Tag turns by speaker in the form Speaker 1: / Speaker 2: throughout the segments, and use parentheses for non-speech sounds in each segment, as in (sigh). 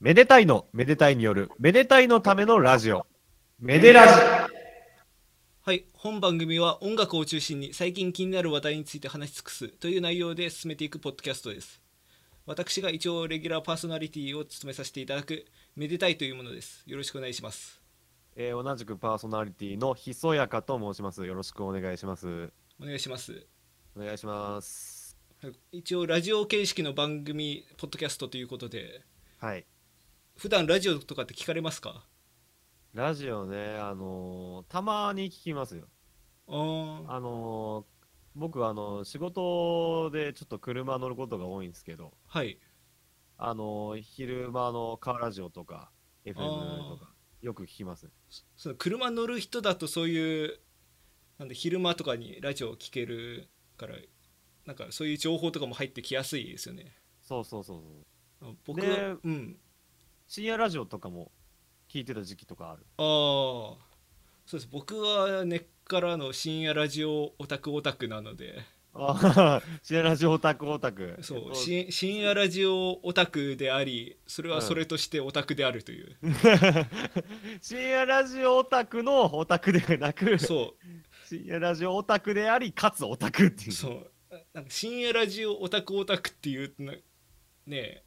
Speaker 1: めでたいの、めでたいによる、めでたいのためのラジオ。めでラジ。
Speaker 2: はい、本番組は音楽を中心に最近気になる話題について話し尽くすという内容で進めていくポッドキャストです。私が一応レギュラーパーソナリティを務めさせていただくめでたいというものです。よろしくお願いします。
Speaker 1: えー同じくパーソナリティのひそやかと申します。よろしくお願いします。
Speaker 2: お願いします。
Speaker 1: お願いします。
Speaker 2: はい一応ラジオ形式の番組ポッドキャストということで、
Speaker 1: はい。
Speaker 2: 普段ラジオとかって聞かれますか？
Speaker 1: ラジオね、あのーたまに聞きますよ。
Speaker 2: あー
Speaker 1: あのー僕、あの仕事でちょっと車乗ることが多いんですけど、
Speaker 2: はい。
Speaker 1: あのー昼間のカーラジオとか、FM とか、よく聞きます。
Speaker 2: その車乗る人だとそういうなんで昼間とかにラジオを聞けるからなんかそういう情報とかも入ってきやすいですよね
Speaker 1: そうそうそうそう。
Speaker 2: 僕
Speaker 1: ね
Speaker 2: はうん
Speaker 1: 深夜ラジオとかも聞いてた時期とかある。
Speaker 2: ああそうです僕は根っからの深夜ラジオオタクオタクなので
Speaker 1: あはは深夜ラジオオタクオタク。
Speaker 2: そう
Speaker 1: えっ
Speaker 2: し深夜ラジオオタクでありそれはそれとしてオタクである
Speaker 1: (laughs)
Speaker 2: とい
Speaker 1: と
Speaker 2: う、
Speaker 1: 深夜ラジオオタクのオタクではなく、
Speaker 2: そ
Speaker 1: 深夜ラジオオタクであり、かつオタクっていうう。
Speaker 2: そうなんか深夜ラジオオタクオタクっていうなねえ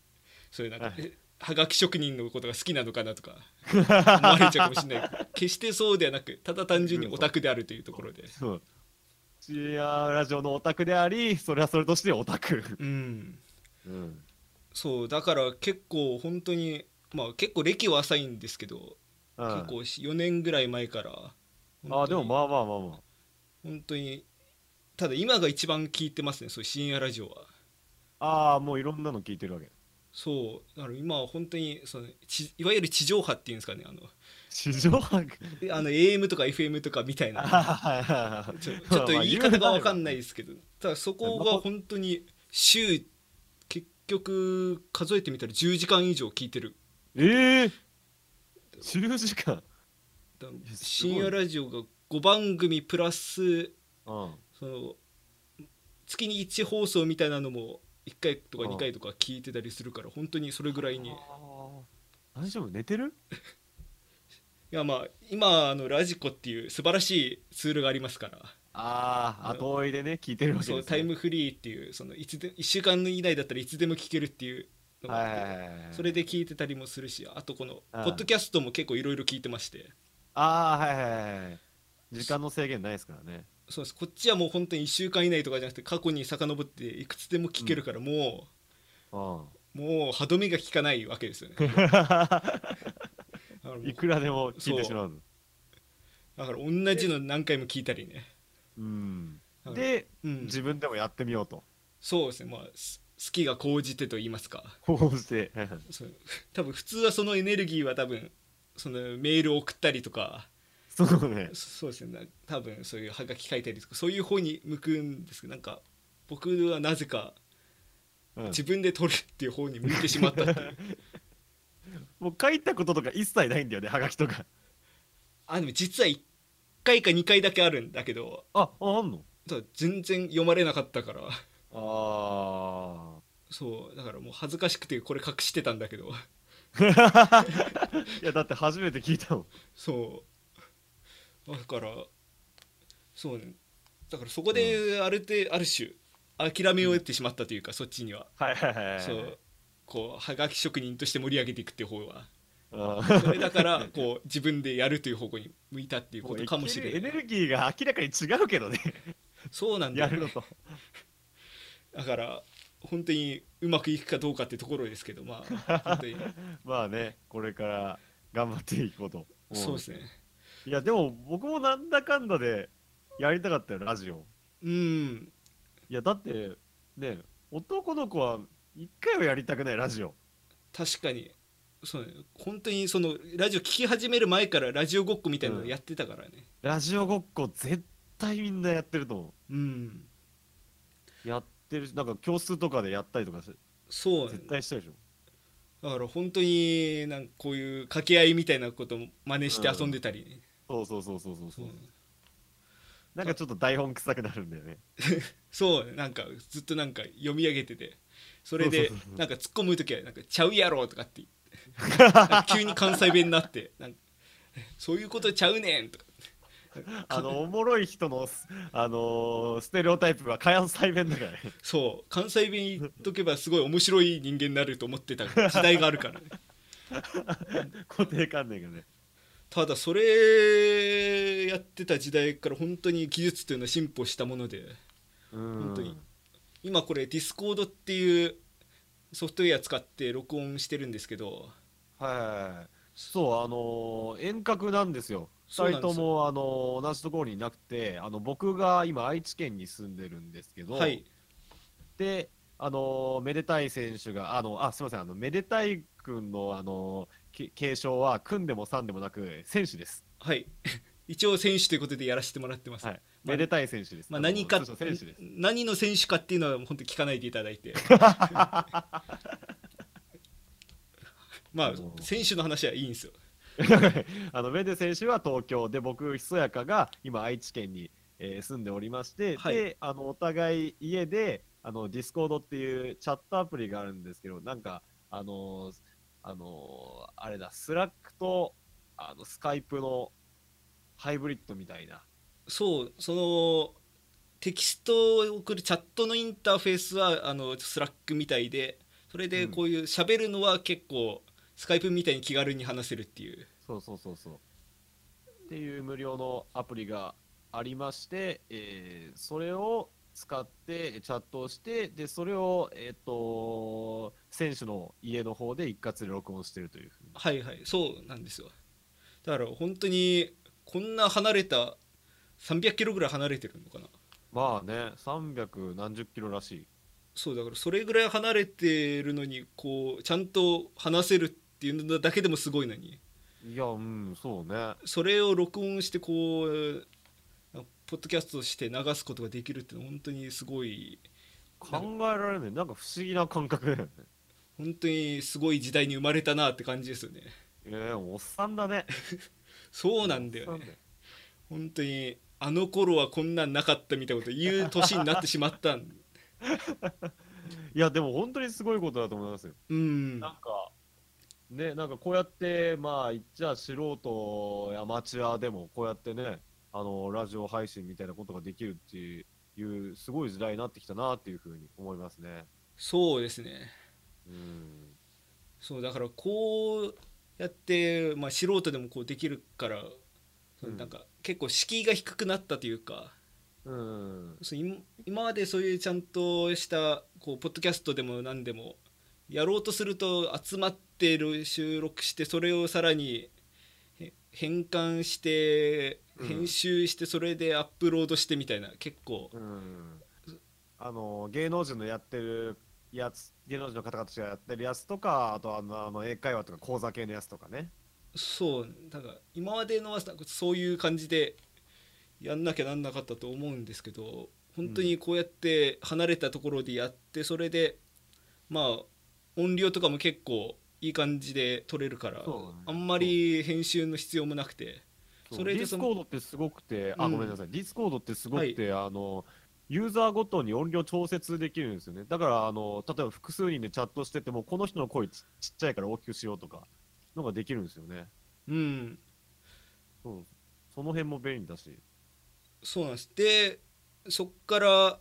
Speaker 2: そういうなんか、
Speaker 1: はい
Speaker 2: えはがき職人のことが好きなのかな
Speaker 1: (laughs)
Speaker 2: とか思われちゃうかもしれないけど決してそうではなくただ単純にオタクであるというところで
Speaker 1: そう。深夜ラジオのオタクであり、それはそれとしてオタク。
Speaker 2: うん
Speaker 1: うん。
Speaker 2: そうだから結構本当にまあ結構歴は浅いんですけど、結構4年ぐらい前から
Speaker 1: ああ、でも
Speaker 2: あ
Speaker 1: まあまあまあまあ。
Speaker 2: 本当にただ今が一番聞いてますねそういう深夜ラジオは
Speaker 1: ああ、もういろんなの聞いてるわけ。
Speaker 2: そうだから今は本当にそのちいわゆる地上波っていうんですかね
Speaker 1: (laughs)
Speaker 2: あの
Speaker 1: 地上
Speaker 2: (laughs)
Speaker 1: 波
Speaker 2: であの AM とか FM とかみ
Speaker 1: (laughs)
Speaker 2: たいな
Speaker 1: あー
Speaker 2: ちょちょっと言い方が分かんないですけど、ただそこが本当に週、結局数えてみたら10時間以上聞いてる。
Speaker 1: ええ10時間。
Speaker 2: だから
Speaker 1: いやすごい
Speaker 2: 深夜ラジオが5番組プラス、
Speaker 1: うん。
Speaker 2: その、月に1放送みたいなのも1回とか
Speaker 1: うん
Speaker 2: 2回とか聞いてたりするから、本当にそれぐらいに。い
Speaker 1: あー大丈夫寝てる
Speaker 2: やまあ、今、あのラジコっていう素晴らしいツールがありますから。
Speaker 1: ああ、後追いでね、聞いてるわけです、
Speaker 2: そ
Speaker 1: ね。
Speaker 2: うタイムフリーっていうそのいつで1週間以内だったらいつでも聞けるっていうのが
Speaker 1: は
Speaker 2: あ
Speaker 1: い
Speaker 2: って、
Speaker 1: はいはいはい。
Speaker 2: それで聞いてたりもするしあとこの
Speaker 1: ああ
Speaker 2: ポッドキャストも結構いろいろ聞いてまして
Speaker 1: ああ、はいはいはいはい。時間の制限ないですからね。
Speaker 2: そうですこっちはもう本当に1週間以内とかじゃなくて過去に遡っていくつでも聞けるからも
Speaker 1: うん。
Speaker 2: う、もう歯止めが効かないわけです
Speaker 1: (laughs)
Speaker 2: よねだ (laughs) からもう
Speaker 1: いくらでも聞いてしまうの。
Speaker 2: だから同じの何回も聞いたりね、
Speaker 1: うん。
Speaker 2: だから
Speaker 1: で、
Speaker 2: うん、
Speaker 1: 自分でもやってみようと。
Speaker 2: そうですねまあす好きが高じてと言いますか
Speaker 1: こうして。 (laughs)
Speaker 2: そう (laughs) 多分普通はそのエネルギーは多分そのメールを送ったりとか
Speaker 1: そうね。
Speaker 2: そうですねな多分そういうハガキ書いたりとかそういう方に向くんですけどなんか僕はなぜか
Speaker 1: うん
Speaker 2: 自分で撮るっていう方に向いてしまったっていう (laughs)
Speaker 1: もう書いたこととか一切ないんだよね、はがきとか。
Speaker 2: あでも実は1回か2回だけあるんだけど
Speaker 1: あ、ああんの
Speaker 2: ただ全然読まれなかったから
Speaker 1: あ
Speaker 2: そうだからもう恥ずかしくてこれ隠してたんだけど
Speaker 1: あ。 (laughs) いや、だって初めて聞いたもん。
Speaker 2: そうだからそうねだからそこである程ある種諦めを得てしまったというか、そっちには、
Speaker 1: はいはいはい。
Speaker 2: そう。こうはがき職人として盛り上げていくっていう方は
Speaker 1: うん
Speaker 2: それ
Speaker 1: (laughs)
Speaker 2: だからこう自分でやるという方向に向いたっていうことかもしれ
Speaker 1: エ
Speaker 2: な
Speaker 1: ネ
Speaker 2: い
Speaker 1: ルギーが明らかに違うけどね、
Speaker 2: そうなんだ
Speaker 1: や
Speaker 2: よ
Speaker 1: る
Speaker 2: ね
Speaker 1: のと。
Speaker 2: だから本当にうまくいくかどうかってところですけどまあ本
Speaker 1: (laughs)
Speaker 2: 当に
Speaker 1: まあね、これから頑張っていこうと。
Speaker 2: そうですね
Speaker 1: いや、でも僕もなんだかんだでやりたかったよ、ラジオ。
Speaker 2: うん
Speaker 1: いや、だって、ね、男の子は一回はやりたくない、ラジオ。
Speaker 2: 確かにそうね本当にそのラジオ聞き始める前からラジオごっこみたいなのやってたからね
Speaker 1: ラジオごっこ絶対みんなやってると思
Speaker 2: うん、
Speaker 1: う。やってるし、なんか教室とかでやったりとかし
Speaker 2: そうね
Speaker 1: 絶対したでしょ。
Speaker 2: だから本当になんかこういう掛け合いみたいなことも真似して遊んでたりね、
Speaker 1: そうそうそうそうそうそう。
Speaker 2: そう
Speaker 1: なんかちょっと台本臭くなるんだよね。
Speaker 2: そうねなんかずっとなんか読み上げててそれで
Speaker 1: そうそうそうそう
Speaker 2: なんか突っ込む時はなんか「ちゃうやろ」とかって急に関西弁になってなんかそういうことちゃうねんとか
Speaker 1: あのおもろい人のスあのーステレオタイプは関西弁だからね
Speaker 2: そう関西弁言っとけばすごい面白い人間になると思ってた時代があるから
Speaker 1: 固定観念がね
Speaker 2: ただそれやってた時代から本当に技術というのは進歩したもので
Speaker 1: うん
Speaker 2: 本当に今これディスコードっていうソフトウェア使って録音してるんですけど
Speaker 1: はいはいはいそうあのー遠隔なんですよ
Speaker 2: そう
Speaker 1: 2
Speaker 2: なん
Speaker 1: 人
Speaker 2: ですよ
Speaker 1: ともあのー同じところにいなくてあの僕が今愛知県に住んでるんですけど、
Speaker 2: はい
Speaker 1: であのーめでたい選手があのあすみませんあのめでたい君のあのーけ継承は組んでもさんでもなく選手です
Speaker 2: はい。 (laughs) 一応選手ということでやらせてもらってます。
Speaker 1: はい
Speaker 2: まあ
Speaker 1: めでたい選手です、
Speaker 2: まあ
Speaker 1: のー
Speaker 2: 何か
Speaker 1: 通称選手です
Speaker 2: 何の選手かっていうのは本当に聞かないでいただ
Speaker 1: (laughs)
Speaker 2: いて。まあ
Speaker 1: もう
Speaker 2: 選手の話はいいんですよ。
Speaker 1: あのメデ選手は東京で僕ひそやかが今愛知県に、えー住んでおりまして、
Speaker 2: はい
Speaker 1: であのお互い家であのディスコードっていうチャットアプリがあるんですけどなんかあのーあのーあれだスラックとあのスカイプのハイブリッドみたいな
Speaker 2: そうそのテキストを送るチャットのインターフェースはあのスラックみたいで、それでこういう喋るのは結構スカイプみたいに気軽に話せるっていう。
Speaker 1: そうそうそうそうっていう無料のアプリがありまして、えーそれを使ってチャットをしてでそれを、えっと選手の家の方で一括で録音してるというふうに
Speaker 2: はいはいそうなんですよだから本当にこんな離れた300キロぐらい離れてるのかな
Speaker 1: まあね300何十キロらしい
Speaker 2: そうだからそれぐらい離れてるのにこうちゃんと話せるっていうのだけでもすごいのに
Speaker 1: いやうんそうね
Speaker 2: それを録音してこうポッドキャストして流すことができるっていうのは本当にすごい
Speaker 1: 考えられないなんか不思議な感覚だよね
Speaker 2: 本当にすごい時代に生まれたなって感じですよね
Speaker 1: えー、おっさんだね
Speaker 2: そうなんだよ
Speaker 1: おっ
Speaker 2: ね
Speaker 1: さんよ
Speaker 2: 本当にあの頃はこんなんなかったみたいなこと言う年になってしまったん
Speaker 1: いやでも本当にすごいことだと思いますよ
Speaker 2: (laughs) うん
Speaker 1: なんか、ね、なんかこうやって、まあ、言っちゃ素人やアマチュアでも、こうやってね、あの、ラジオ配信みたいなことができるっていう、すごい時代になってきたなっていうふうに思いますね。
Speaker 2: そうですね
Speaker 1: うん。
Speaker 2: そうだからこうやって、まあ、素人でもこうできるから、その
Speaker 1: うん
Speaker 2: なんか結構敷居が低くなったというか
Speaker 1: うん。
Speaker 2: そう今今までそういうちゃんとしたこうポッドキャストでも何でもやろうとすると集まってる収録してそれをさらにへ変換して
Speaker 1: うん
Speaker 2: 編集してそれでアップロードしてみたいな結構
Speaker 1: うん。あの、芸能人のやってるやつ、芸能人の方々がやってるやつとか、あとあの、あの英会話とか講座系のやつとかね。
Speaker 2: そうなんか今までのはなんかそういう感じでやんなきゃなんなかったと思うんですけど本当にこうやって離れたところでやってそれでまあ音量とかも結構いい感じで取れるから、
Speaker 1: そうね
Speaker 2: あんまり編集の必要もなくて
Speaker 1: そう
Speaker 2: それ
Speaker 1: デ
Speaker 2: で
Speaker 1: ィス
Speaker 2: そ
Speaker 1: コー
Speaker 2: の
Speaker 1: ドってすごくて、
Speaker 2: う
Speaker 1: あ、
Speaker 2: ん
Speaker 1: ごめんなさい、ディスコードってすごくて、あの、ユーザーごとに音量調節できるんですよね。だから、あの、例えば複数人でチャットしてても、この人の声ちちっちゃいから大きくしようとか、のができるんですよね。
Speaker 2: うん
Speaker 1: そう。その辺も便利だし。
Speaker 2: そうなんですでそっから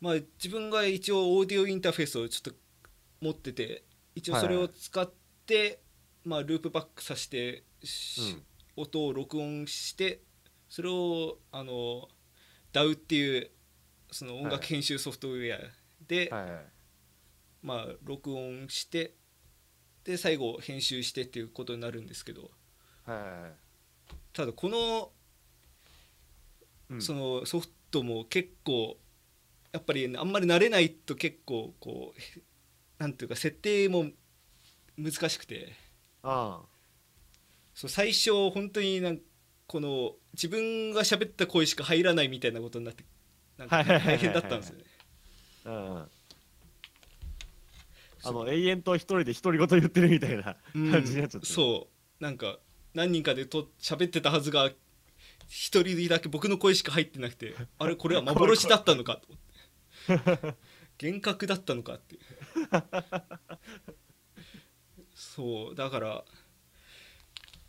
Speaker 2: まあ自分が一応オーディオインターフェースをちょっと持ってて一応それを使って、まあループバックさせて、し
Speaker 1: うん
Speaker 2: 音を録音してそれをあの DAW っていうその音
Speaker 1: は
Speaker 2: 楽
Speaker 1: い
Speaker 2: 編集ソフトウェアで、
Speaker 1: はい。
Speaker 2: まあ録音してで最後編集してっていうことになるんですけど
Speaker 1: は
Speaker 2: ただこの
Speaker 1: い。うん
Speaker 2: そのソフトも結構やっぱりあんまり慣れないと結構こうなんていうか設定も難しくて
Speaker 1: あ
Speaker 2: そう最初本当になんこの自分が喋った声しか入らないみたいなことになってなんか
Speaker 1: はいはいはいはい
Speaker 2: 大変だったんですよね。
Speaker 1: あ。うん。あ
Speaker 2: そう
Speaker 1: の、永遠と一人で独り言言ってるみたいな
Speaker 2: うん
Speaker 1: 感じになっちゃって。
Speaker 2: そうなんか何人かでと喋ってたはずが一人だけ僕の声しか入ってな
Speaker 1: (laughs)
Speaker 2: くてあれこれは幻だったのかと思って幻覚だったのかっていうそうだから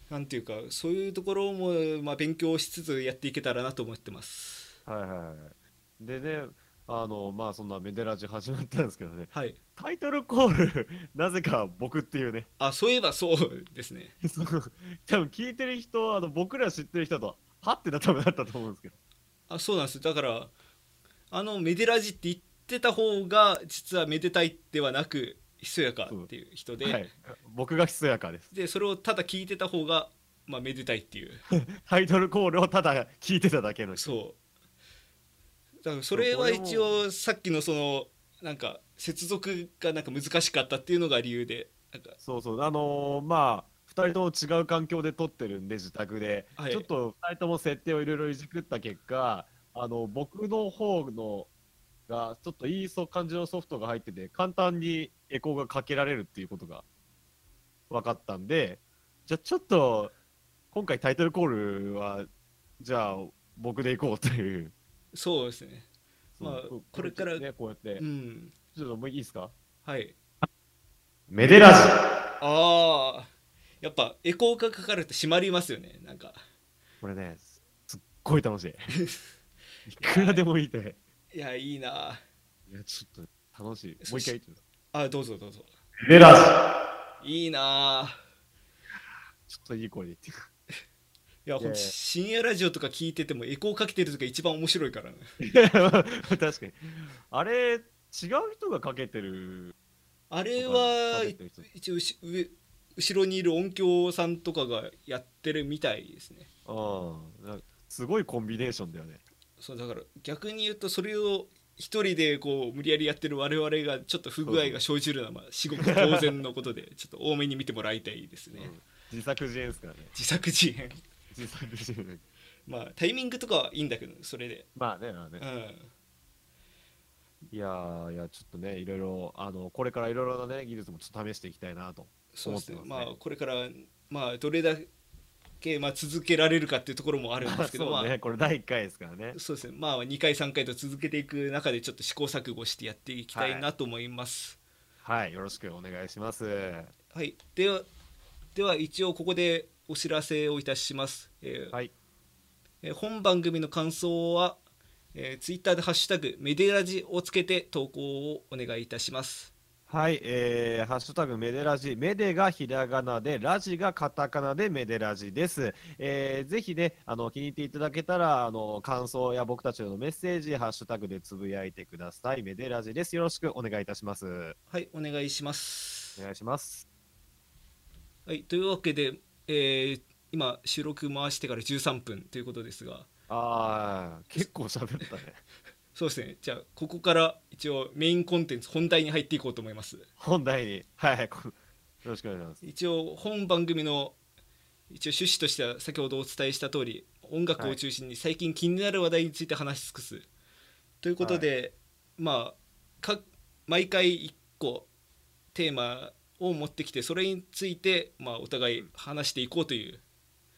Speaker 2: なんていうかそういうところも、まあ、勉強しつつやっていけたらなと思ってます
Speaker 1: はいはいはい。でね、あの、まあそんなメデラジ始まったんですけどね、
Speaker 2: はい
Speaker 1: タイトルコール、なぜか僕っていうね、 (laughs)
Speaker 2: あそういえばそうですね
Speaker 1: その多分聞いてる人、あの僕ら知ってる人だと、はってな多分なったと思うんですけど。
Speaker 2: あそうなんですだからあのめでラジって言ってた方が実はめでたいではなくひそやかっていう人で、
Speaker 1: はい、僕がひそやかです。
Speaker 2: でそれをただ聞いてた方が、まあ、めでたいっていう
Speaker 1: タイトルコールをただ聞いてただけの人。
Speaker 2: そうだからそれは一応さっきのそのなんか接続がなんか難しかったっていうのが理由でなんか
Speaker 1: そうそう、あのーまあ、2人とも違う環境で撮ってるんで、自宅で、
Speaker 2: はい
Speaker 1: ちょっと2人とも設定をいろいろいじくった結果、あの僕の方のが、ちょっといいそ感じのソフトが入ってて、簡単にエコーがかけられるっていうことが分かったんで、じゃあちょっと、今回タイトルコールは、じゃあ、僕で行こうという。
Speaker 2: そうですねまあ
Speaker 1: そう
Speaker 2: これから
Speaker 1: ね、こうやって
Speaker 2: う、ん
Speaker 1: ちょっともういいですか
Speaker 2: はい
Speaker 1: メデラジ
Speaker 2: ああやっぱエコーがかかると閉まりますよねなんか
Speaker 1: これね、すすっごい楽 (laughs) しい。いくらでもいいて。
Speaker 2: いやいいない
Speaker 1: や、ちょっと楽しい。も
Speaker 2: そうし
Speaker 1: 一回言ってみた。
Speaker 2: あどうぞどうぞ
Speaker 1: メラ
Speaker 2: いいなあ
Speaker 1: ジちょっといい声で言ってく
Speaker 2: いや、ほん
Speaker 1: ええ
Speaker 2: と深夜ラジオとか聞いててもエコーかけてる時が一番面白いからね。
Speaker 1: る。 (laughs) 確かに。あれ、違う人がかけてる。
Speaker 2: あ
Speaker 1: こ
Speaker 2: れは
Speaker 1: てる人
Speaker 2: 一応うし上後ろにいる音響さんとかがやってるみたいですね。
Speaker 1: うんなんか。すごいコンビネーションだよね。
Speaker 2: そうだから逆に言うとそれを一人でこう無理やりやってる我々がちょっと不具合が生じるのはまあ至極当然のこ
Speaker 1: (laughs)
Speaker 2: とでちょっと多めに見てもらいたいですね。
Speaker 1: うん自作自演ですからね。
Speaker 2: 自作自演。
Speaker 1: 自作自演。
Speaker 2: まあタイミングとかはいいんだけどそれで。
Speaker 1: (laughs) まあね、まあね
Speaker 2: う。ん。
Speaker 1: いやー、いや、ちょっとね、いろいろ、あの、これからいろいろなね、技術もちょっと試していきたいなと。
Speaker 2: そうですね
Speaker 1: 思ってま
Speaker 2: ます
Speaker 1: ね
Speaker 2: あこれからまあどれだけまあ続けられるかっていうところもあるんですけ
Speaker 1: (laughs) (laughs)
Speaker 2: ど、
Speaker 1: そう
Speaker 2: まあ
Speaker 1: ね、これ第1回ですからね。
Speaker 2: そうですねまあ2回3回と続けていく中でちょっと試行錯誤してやっていきたいなと思います
Speaker 1: はい、よろしくお願いします。
Speaker 2: はい、ではでは一応ここでお知らせをいたします、えー
Speaker 1: はい。
Speaker 2: えー本番組の感想は、えツイッター Twitter で「ハッシュタグメデラジ」をつけて投稿をお願いいたします
Speaker 1: はい、えー、ハッシュタグメデラジ、メデがひらがなで、ラジがカタカナでメデラジです。えー、ぜひね、あの気に入っていただけたら、あの感想や僕たちへのメッセージ、ハッシュタグでつぶやいてください。メデラジです。よろしくお願いいたします。
Speaker 2: はいお願いしま
Speaker 1: お
Speaker 2: す、
Speaker 1: 願いします。
Speaker 2: はい、というわけで、えー今収録回してから13分ということですが
Speaker 1: あー、結構喋ったね。
Speaker 2: そうですねじゃあここから一応メインコンテンツ本題に入っていこうと思います
Speaker 1: 本題に。はい、こよろしくお願いします。
Speaker 2: 一応本番組の一応趣旨としては先ほどお伝えした通り音楽を中心に最近気になる話題について話し尽くす、ということで、まあか毎回1個テーマを持ってきてそれについて、まあ、お互い話していこうという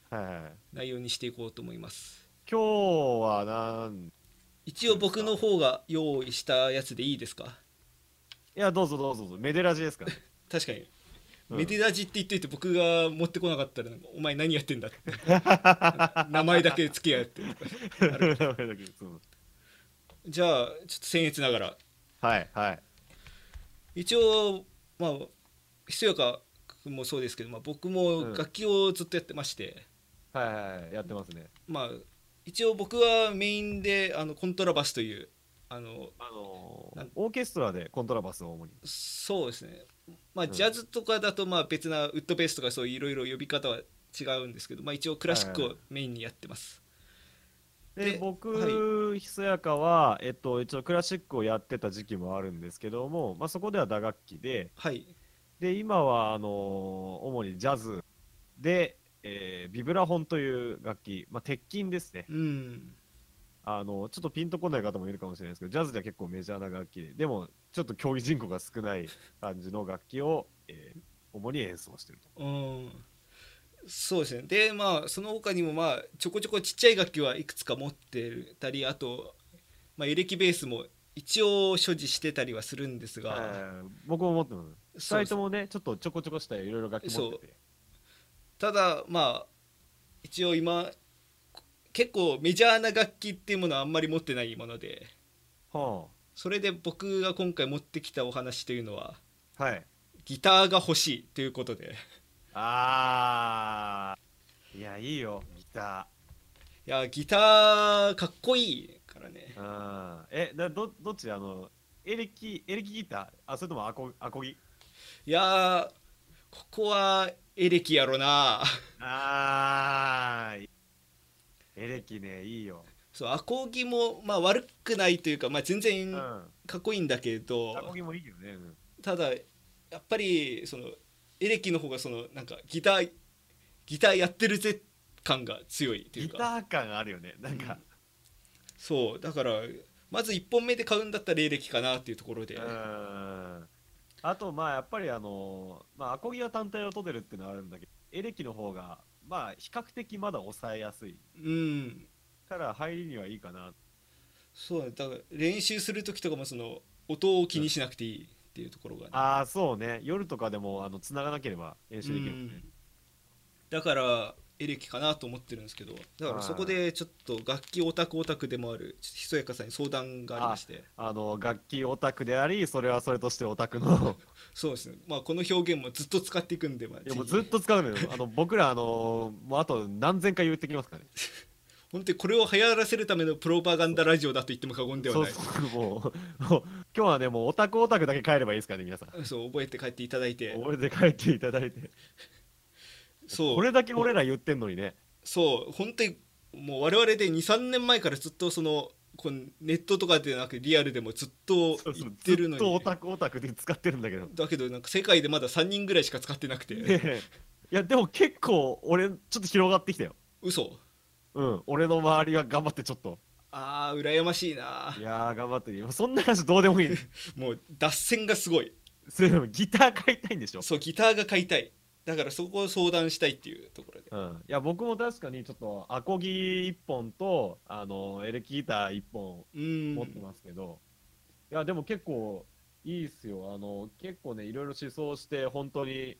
Speaker 1: はいはい。
Speaker 2: 内容にしていこうと思います
Speaker 1: 今日はなん、
Speaker 2: 一応僕の方が用意したやつでいいですか
Speaker 1: いや、どうぞどうぞどうぞ、メデラジですから。
Speaker 2: 確かに、
Speaker 1: うん
Speaker 2: メディラジって言っといて僕が持ってこなかったらなんかお前何やってんだって
Speaker 1: (laughs)
Speaker 2: 名前だけ付き合って
Speaker 1: そう
Speaker 2: じゃあちょっと僭越ながら
Speaker 1: はい、はい。
Speaker 2: 一応まあひそやか君もそうですけど、まあ、僕も楽器をずっとやってまして、
Speaker 1: はいはいはい、やってますね。
Speaker 2: まあ一応僕はメインであのコントラバスというあの
Speaker 1: あのー
Speaker 2: なん
Speaker 1: オーケストラでコントラバスを主に。
Speaker 2: そうですねまあ
Speaker 1: うん
Speaker 2: ジャズとかだとまあ別なウッドベースとかそういろいろ呼び方は違うんですけど、まあ、一応クラシック
Speaker 1: はい
Speaker 2: を
Speaker 1: は
Speaker 2: メインにやってます、
Speaker 1: で、
Speaker 2: で
Speaker 1: 僕、ひそやかは、えっと、一応クラシックをやってた時期もあるんですけども、まあ、そこでは打楽器で、
Speaker 2: はい、
Speaker 1: で、今は、あのー主にジャズで、えービブラホンという楽器、まあ、鉄筋ですね。
Speaker 2: うん
Speaker 1: あの、ちょっとピンとこない方もいるかもしれないですけど、ジャズでは結構メジャーな楽器で、でも、ちょっと競技人口が少ない感じの楽器を、えー主に演奏してると。
Speaker 2: うんそうですねでまあその他にもまあちょこちょこちっちゃい楽器はいくつか持ってたりあと、まあ、エレキベースも一応所持してたりはするんですが、
Speaker 1: えー僕も持ってます。
Speaker 2: そう
Speaker 1: 2人ともねちょっとちょこちょこしたいろいろ楽器持ってて
Speaker 2: ただまあ一応今結構メジャーな楽器っていうものはあんまり持ってないもので
Speaker 1: は
Speaker 2: それで僕が今回持ってきたお話というのは
Speaker 1: あはい
Speaker 2: ギターが欲しいということで
Speaker 1: あーいやいいよギタ
Speaker 2: いやギターかっこいいからね
Speaker 1: ーうんえなどどっちあのエレキエレキギターあそれともアコアコギ
Speaker 2: いやーここはエレキやろな (laughs)
Speaker 1: あーエレキねいいよ
Speaker 2: そうアコギもまあ悪くないというか、まあ、全
Speaker 1: う
Speaker 2: 然
Speaker 1: ん
Speaker 2: か
Speaker 1: ア
Speaker 2: っこいいんだけど、
Speaker 1: コギもいいよねうん
Speaker 2: ただやっぱりそのエレキの方がそのなんかギターギターやってるぜ感が強いとい
Speaker 1: ギ
Speaker 2: うか
Speaker 1: ター感あるよねなんか
Speaker 2: そうだからまず1本目で買うんだったらエレキかなっていうところで、
Speaker 1: うんあとまあやっぱりあのまあアコギは単体を取れるっていうのはあるんだけどエレキの方がまあ比較的まだ抑えやすい
Speaker 2: うん
Speaker 1: から入りにはいいかな
Speaker 2: そうだねだから練習する時とかもその音を気にしなくていいっていうところがね、
Speaker 1: ああそうね夜とかでもあの繋がなければ練習できるもんね、
Speaker 2: うんだからエレキかなと思ってるんですけどだからそこでちょっと楽器オタクオタクでもあるちょっとひそやかさんに相談がありまして
Speaker 1: あの楽器オタクでありそれはそれとしてオタク (laughs) の
Speaker 2: そうですねまあこの表現もずっと使っていくんでまあ
Speaker 1: いやもう
Speaker 2: ぜ
Speaker 1: ず
Speaker 2: ひ
Speaker 1: っと使うの (laughs) よあの僕らあのもうあと何千回言ってきますからね
Speaker 2: 本当にこれを流行らせるためのプロパガンダラジオだと言っても過言では
Speaker 1: そう
Speaker 2: ない
Speaker 1: そう (laughs) もうもう今日はねもうオタクオタクだけ帰ればいいですからね皆さん
Speaker 2: そう覚えて帰っていただいて
Speaker 1: 俺で帰っていただいて
Speaker 2: そう
Speaker 1: これだけ俺ら言ってんのにね
Speaker 2: そう本当にもう我々で23年前からずっとそのこうネットとかでなくリアルでもずっと
Speaker 1: そうそ
Speaker 2: 言
Speaker 1: う
Speaker 2: ってる
Speaker 1: ず
Speaker 2: のに
Speaker 1: っとオタクオタクで使ってるんだけど、
Speaker 2: だけどなんか世界でまだ3人ぐらいしか使ってなくて、
Speaker 1: ね (laughs) えいやでも結構俺ちょっと広がってきたよ
Speaker 2: 嘘
Speaker 1: うん俺の周りは頑張ってちょっと
Speaker 2: あー羨ましいない
Speaker 1: やー頑張ってるそんな話どうでもいい
Speaker 2: もう脱線がすごい
Speaker 1: それでもギター買いたいんでしょ
Speaker 2: そうギターが買いたいだからそこを相談したいっていうところで
Speaker 1: うん、いや僕も確かにちょっとアコギ1本とあのエレキギター1本
Speaker 2: うーん
Speaker 1: 持ってますけど、いやでも結構いいっすよあの結構ねいろいろ思想して本当に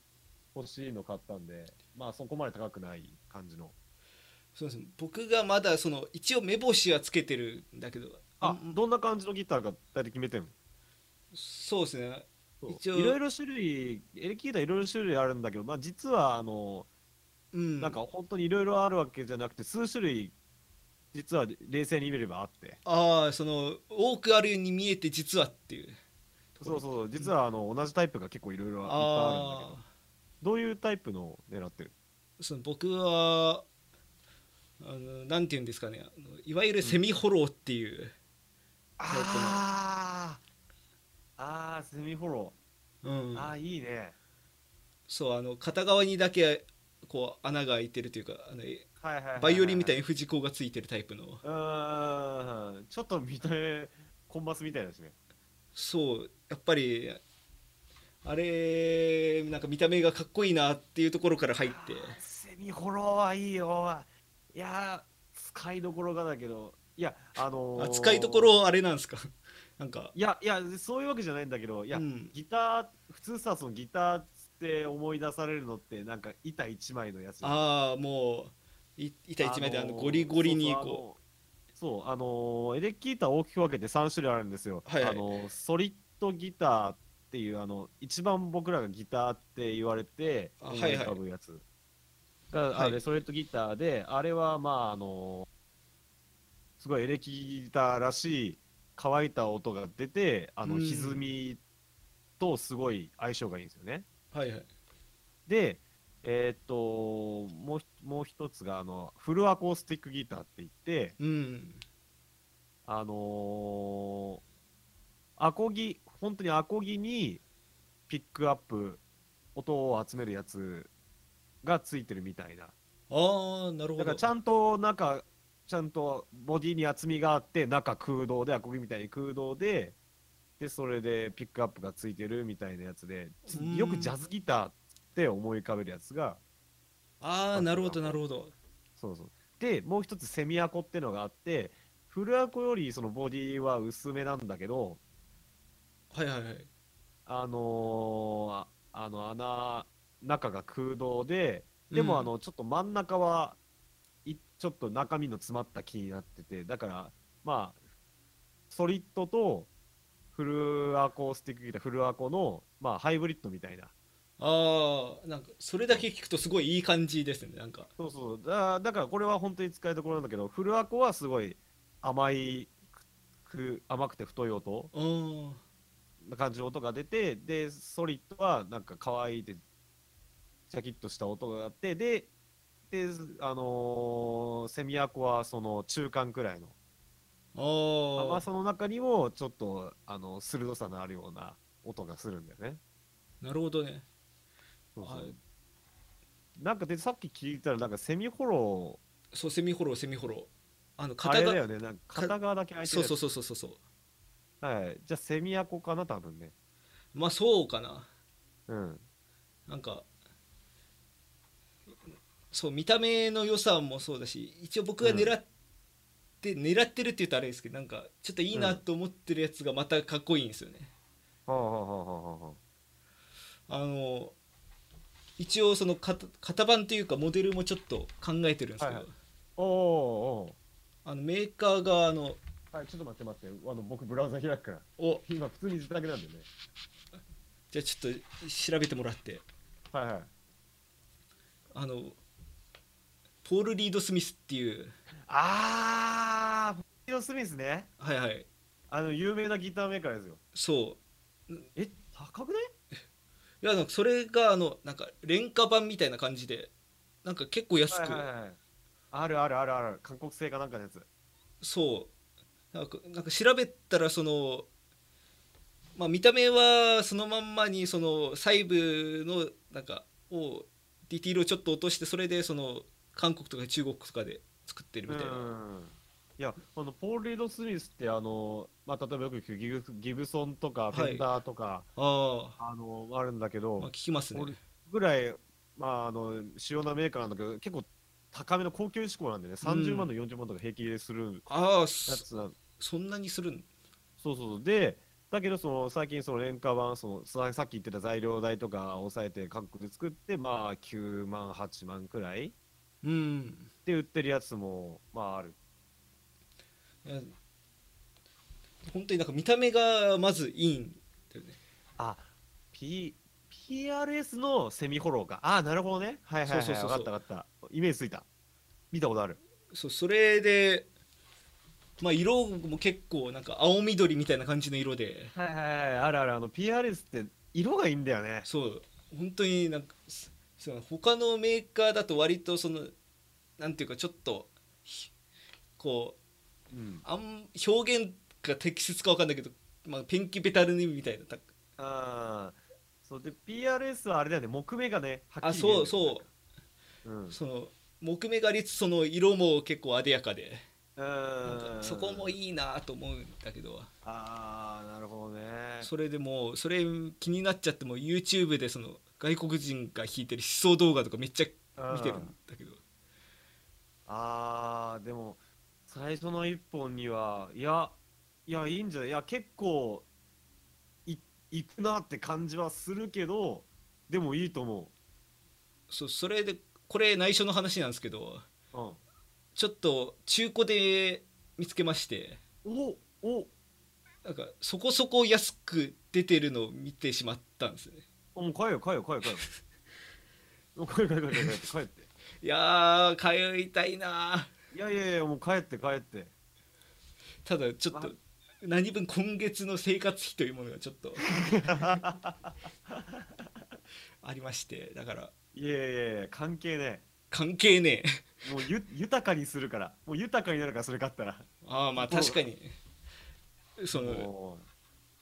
Speaker 1: 欲しいの買ったんでまあそこまで高くない感じの
Speaker 2: そうですね僕がまだその一応目星はつけてるんだけど
Speaker 1: あ
Speaker 2: ん
Speaker 1: どんな感じのギターか大体決めてんの
Speaker 2: そうですね一
Speaker 1: い
Speaker 2: 応
Speaker 1: ろいろ種類エレキギターいろいろ種類あるんだけど、まあ、実はあの、
Speaker 2: うん
Speaker 1: なんか本当にいろいろあるわけじゃなくて数種類実は冷静に見ればあって
Speaker 2: ああその多くあるように見えて実はっていう
Speaker 1: そうそうそう実はあの同じタイプが結構いろいろいっぱいあるんだけど
Speaker 2: あ
Speaker 1: どういうタイプのを狙ってる
Speaker 2: あその僕はあのなんて言うんですかねあのいわゆるセミホローっていう、
Speaker 1: あーあーセミフォロ
Speaker 2: うん
Speaker 1: ー、ああいいね
Speaker 2: そうあの片側にだけこう穴が開いてるというかあの
Speaker 1: はいはいはいはい
Speaker 2: バイオリンみたいに富士光がついてるタイプの
Speaker 1: うーんちょっと見た目コンバスみたいだしね
Speaker 2: そうやっぱりあれなんか見た目がかっこいいなっていうところから入って
Speaker 1: あーセミフォローはいいよいやー使いどころがだけどいやあのー
Speaker 2: あ使いどころあれなんですか (laughs) なんか
Speaker 1: いやいやそういうわけじゃないんだけどいや、
Speaker 2: うん
Speaker 1: ギター普通さそのギターっつって思い出されるのってなんか板一枚のやつ
Speaker 2: ああもうい板一枚であの
Speaker 1: ー
Speaker 2: ゴリゴリにこ
Speaker 1: そうそうあのそうあのーエレキギター大きく分けて3種類あるんですよ、
Speaker 2: はいはい
Speaker 1: あのーソリッドギターっていうあの一番僕らがギターって言われて
Speaker 2: あ
Speaker 1: 思い
Speaker 2: はいは
Speaker 1: 浮
Speaker 2: い
Speaker 1: かぶやつが
Speaker 2: は
Speaker 1: あ
Speaker 2: い
Speaker 1: れソリッドギターであれはまああのーすごいエレキギターらしい乾いた音が出てあの
Speaker 2: うん
Speaker 1: 歪みとすごい相性がいいんですよね、
Speaker 2: うはいはい
Speaker 1: で、えーっともうひもう一つがあのフルアコースティックギターって言って、
Speaker 2: うん
Speaker 1: あのーアコギ本当にアコギにピックアップ音を集めるやつがついてるみたいな
Speaker 2: ああなるほ
Speaker 1: だか
Speaker 2: ど
Speaker 1: らちゃんと中ちゃんとボディに厚みがあって中空洞でアコギみたいに空洞ででそれでピックアップがついてるみたいなやつでつ
Speaker 2: うん
Speaker 1: よくジャズギターって思い浮かべるやつが。
Speaker 2: ああなるほどなるほど
Speaker 1: そうそう。で、もう一つセミアコってのがあって、フルアコよりそのボディは薄めなんだけど、
Speaker 2: はいはいはい
Speaker 1: あのーあの穴中が空洞でで
Speaker 2: う
Speaker 1: も
Speaker 2: ん
Speaker 1: あのちょっと真ん中はいちょっと中身の詰まった木になっててだからまあソリッドとフルアコースティックギターフルアコのまあハイブリッドみたいな
Speaker 2: ああなんかそれだけ聞くとすごいいい感じですねなんか
Speaker 1: そうそうだだからこれは本当に使いどころなんだけどフルアコはすごい甘いく甘くて太い音
Speaker 2: うん
Speaker 1: な感じの音が出てでソリッドはなんか可愛いでシャキッとした音があってでであのーセミアコはその中間くらいの
Speaker 2: あー
Speaker 1: 甘さの中にもちょっとあの鋭さのあるような音がするんだよね。
Speaker 2: なるほどね
Speaker 1: そうそう
Speaker 2: はい
Speaker 1: なんかでさっき聞いたらなんかセミホロ
Speaker 2: そうセミホローセミホローあの
Speaker 1: ーあれ
Speaker 2: 片
Speaker 1: だ
Speaker 2: が
Speaker 1: よねなんか片側だけ開いて
Speaker 2: そう
Speaker 1: る
Speaker 2: そうそうそうそうそう
Speaker 1: はい、じゃあセミアコかな多分ね。
Speaker 2: まあそうかな
Speaker 1: うん。
Speaker 2: なんかそう見た目の良さもそうだし一応僕が狙って、狙ってるって言うとあれですけどなんかちょっといいなと思ってるやつがまたかっこいいんですよね、
Speaker 1: はあはあはあはあは
Speaker 2: あの一応その型型番というかモデルもちょっと考えてるんですけど、
Speaker 1: はいはいあ。おーおーお
Speaker 2: あのメーカーがあの
Speaker 1: ーはい、ちょっと待って待って。あの僕ブラウザ開くから。
Speaker 2: お
Speaker 1: 今普通に自宅なんでね。
Speaker 2: じゃあちょっと調べてもらって
Speaker 1: はいはい。
Speaker 2: あのポール・リード・スミスっていう
Speaker 1: あー、ホイロスミスね。
Speaker 2: はいはい
Speaker 1: あの有名なギターメーカーですよ。
Speaker 2: そう
Speaker 1: え、高くない
Speaker 2: いやなんかそれがあのなんか廉価版みたいな感じでなんか結構安く、
Speaker 1: はいはいはい。あるあるあるある。韓国製かなんかのやつ。
Speaker 2: そうなんかなんか調べたらその、まあ、見た目はそのまんまにその細部のなんかをディティールをちょっと落としてそれでその韓国とか中国とかで作ってるみたいな、
Speaker 1: うんいやこのポール・リード・スミスってあの、まあ、例えばよく聞くギブギブソンとか
Speaker 2: い
Speaker 1: フェンダーとか、
Speaker 2: ああ、
Speaker 1: あのあるんだけど、
Speaker 2: まあ、聞きますね
Speaker 1: 俺ぐらい、まあ、あの主要なメーカーなんだけど、結構高めの高級志向なんでね、30万と40万とか平気でする
Speaker 2: ああ
Speaker 1: や
Speaker 2: そ
Speaker 1: つなん
Speaker 2: そんなにするん
Speaker 1: そうそうそうで、だけどその最近、その廉価版その、ささっき言ってた材料代とか抑えて、韓国で作って、まあ9万、8万くらい
Speaker 2: うん
Speaker 1: で売ってるやつも、まあある。
Speaker 2: いや本当になんか見た目がまずいいんだよね
Speaker 1: あ、P、PRS のセミホローか。あー、なるほどね。はいはいはい、
Speaker 2: そうそうそう
Speaker 1: 分か
Speaker 2: そう
Speaker 1: った分かった。イメージついた。見たことある。
Speaker 2: そうそれで、まあ、色も結構なんか青緑みたいな感じの色で
Speaker 1: はいはいはい、あるある。あの PRS って色がいいんだよね。
Speaker 2: そう本当になんかすそう他のメーカーだと割とそのなんていうかちょっとひこう
Speaker 1: うん。
Speaker 2: あん表現が適切か分かんないけど、まあ、ペンキベタルニみたいなた
Speaker 1: ああ、そうで PRS はあれだよね、木目がね、は
Speaker 2: あ
Speaker 1: っきり見える。
Speaker 2: そうそう
Speaker 1: うん
Speaker 2: う、その木目がありつつその色も結構あでやかでなん
Speaker 1: う
Speaker 2: か
Speaker 1: ん、
Speaker 2: そこも
Speaker 1: い。
Speaker 2: いいなと思うんだけど
Speaker 1: ああ、なるほどね。
Speaker 2: それでもうそれ気になっちゃっても YouTube でその外国人が弾いてる思想動画とかめっちゃ見てる
Speaker 1: うん
Speaker 2: んだけど
Speaker 1: ああ、でも最初の一本には、いや、いやいいんじゃない。いや結構いいくなって感じはするけど、でもいいと思
Speaker 2: そうそれでこれ内緒の話なんですけど
Speaker 1: う。うん。
Speaker 2: ちょっと中古で見つけまして
Speaker 1: おお
Speaker 2: なんかそこそこ安く出てるのを見てしまったんですね
Speaker 1: お、もう帰よ帰よ帰よ帰よ。
Speaker 2: (laughs)
Speaker 1: もう帰よ帰よ帰よ帰よ帰って。
Speaker 2: いやー通いたいな
Speaker 1: 帰っていやいやいやもう帰って帰って。
Speaker 2: ーただちょっと何分今月の生活費というものがちょっと (laughs) ありましてだから
Speaker 1: いやいやいや関係ね
Speaker 2: 関係ねえ
Speaker 1: えもう (laughs) ゆ豊かにするからもう豊かになるからそれ買ったら
Speaker 2: ああまあ
Speaker 1: そう
Speaker 2: 確かにその
Speaker 1: も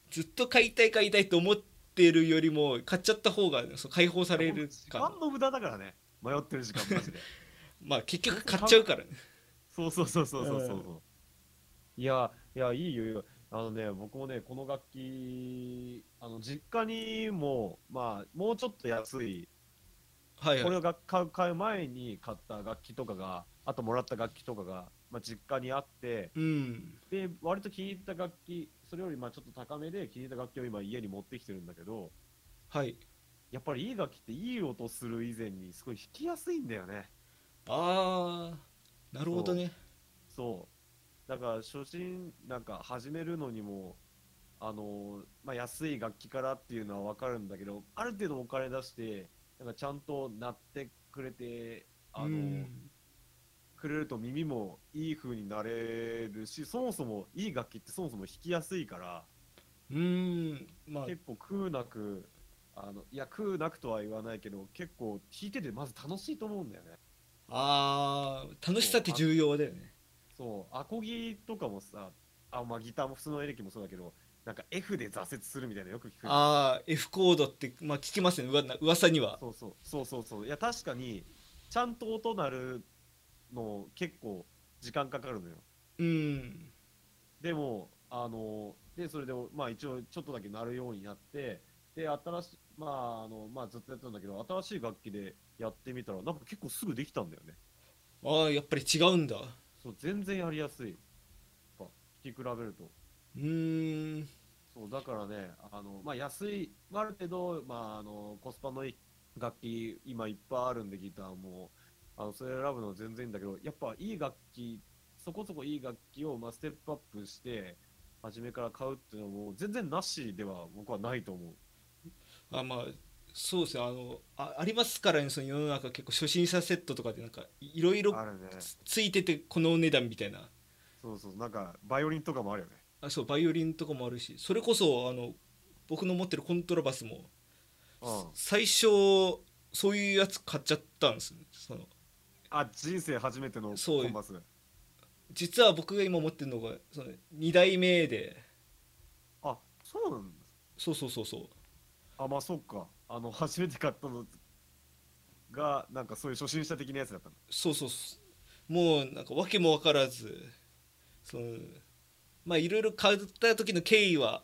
Speaker 2: ずっと買いたい買いたいと思ってるよりも買っちゃった方がそう解放
Speaker 1: う
Speaker 2: される
Speaker 1: 時
Speaker 2: か
Speaker 1: 間の無駄だからね迷ってる時 (laughs) 間マジで
Speaker 2: まあ結局買っちゃうからね
Speaker 1: そうそうそうそうそうそうそう、いやいやいいよいいよあのね僕もねこの楽器あの実家にもまあもうちょっと安い
Speaker 2: はい
Speaker 1: こ
Speaker 2: は
Speaker 1: れ
Speaker 2: い
Speaker 1: をが買う買う前に買った楽器とかがあともらった楽器とかが、まあ、実家にあって
Speaker 2: うん
Speaker 1: で割と気に入った楽器そそれよりまあちょっと高めで気に入った楽器を今家に持ってきてるんだけど、
Speaker 2: はい
Speaker 1: やっぱりいい楽器っていい音する以前にすごい弾きやすいんだよね。
Speaker 2: あーなるほどね
Speaker 1: そう。だから初心、なんか始めるのにも、あのーまあ、安い楽器からっていうのはわかるんだけど、ある程度お金出して、なんかちゃんと鳴ってくれて、あのー
Speaker 2: うん
Speaker 1: くれると耳もいい風になれるし、そもそもいい楽器ってそもそも弾きやすいから、
Speaker 2: うーんまあ
Speaker 1: 結構食うなく、あの、いや、食うなくとは言わないけど、結構弾いててまず楽しいと思うんだよね。
Speaker 2: あー楽しさって重要だよね
Speaker 1: そう、アコギとかもさ、あ、まあギターも普通のエレキもそうだけど、なんか F で挫折するみたいなのよく聞く。
Speaker 2: ああ F コードって、まあ、聞きますねうわな噂には
Speaker 1: そうそう、そうそうそう。いや、確かに、ちゃんと音鳴るの結構時間かかるのよ。
Speaker 2: うん
Speaker 1: でも、あの、で、それで、まあ一応ちょっとだけ鳴るようになって、で、新しい、まあ、あの、まあずっとやってたんだけど、新しい楽器でやってみたら、なんか結構すぐできたんだよね。
Speaker 2: ああやっぱり違うんだ
Speaker 1: そう、全然やりやすい。やっぱ、聞き比べると。
Speaker 2: うーん
Speaker 1: そうだからね、あのまあ、安い、ある程度、まあ、あのコスパのいい楽器、今いっぱいあるんで、ギターも、あのそれ選ぶのは全然いいんだけど、やっぱいい楽器、そこそこいい楽器を、まあ、ステップアップして、初めから買うっていうのも、全然なしでは僕はないと思う。
Speaker 2: あまあそうですねあのあありますからねその世の中結構初心者セットとかでなんかいろいろ
Speaker 1: あるね。
Speaker 2: つついててこのお値段みたいな
Speaker 1: そうそう、なんか、バイオリンとかもあるよね。
Speaker 2: あそうバイオリンとかもあるしそれこそあの僕の持ってるコントラバスも
Speaker 1: うん。
Speaker 2: 最初そういうやつ買っちゃったんですねその
Speaker 1: あ、人生初めての
Speaker 2: そう
Speaker 1: コンバス。
Speaker 2: 実は僕が今持ってるのがその2代目で
Speaker 1: あ、そうなんだ。
Speaker 2: そうそうそうそう
Speaker 1: あ、まあ、そっか。あの、初めて買ったのが、なんかそういう初心者的なやつだったの。
Speaker 2: そうそうそうもうなんか訳も分からずそのまあいろいろ買った時の経緯は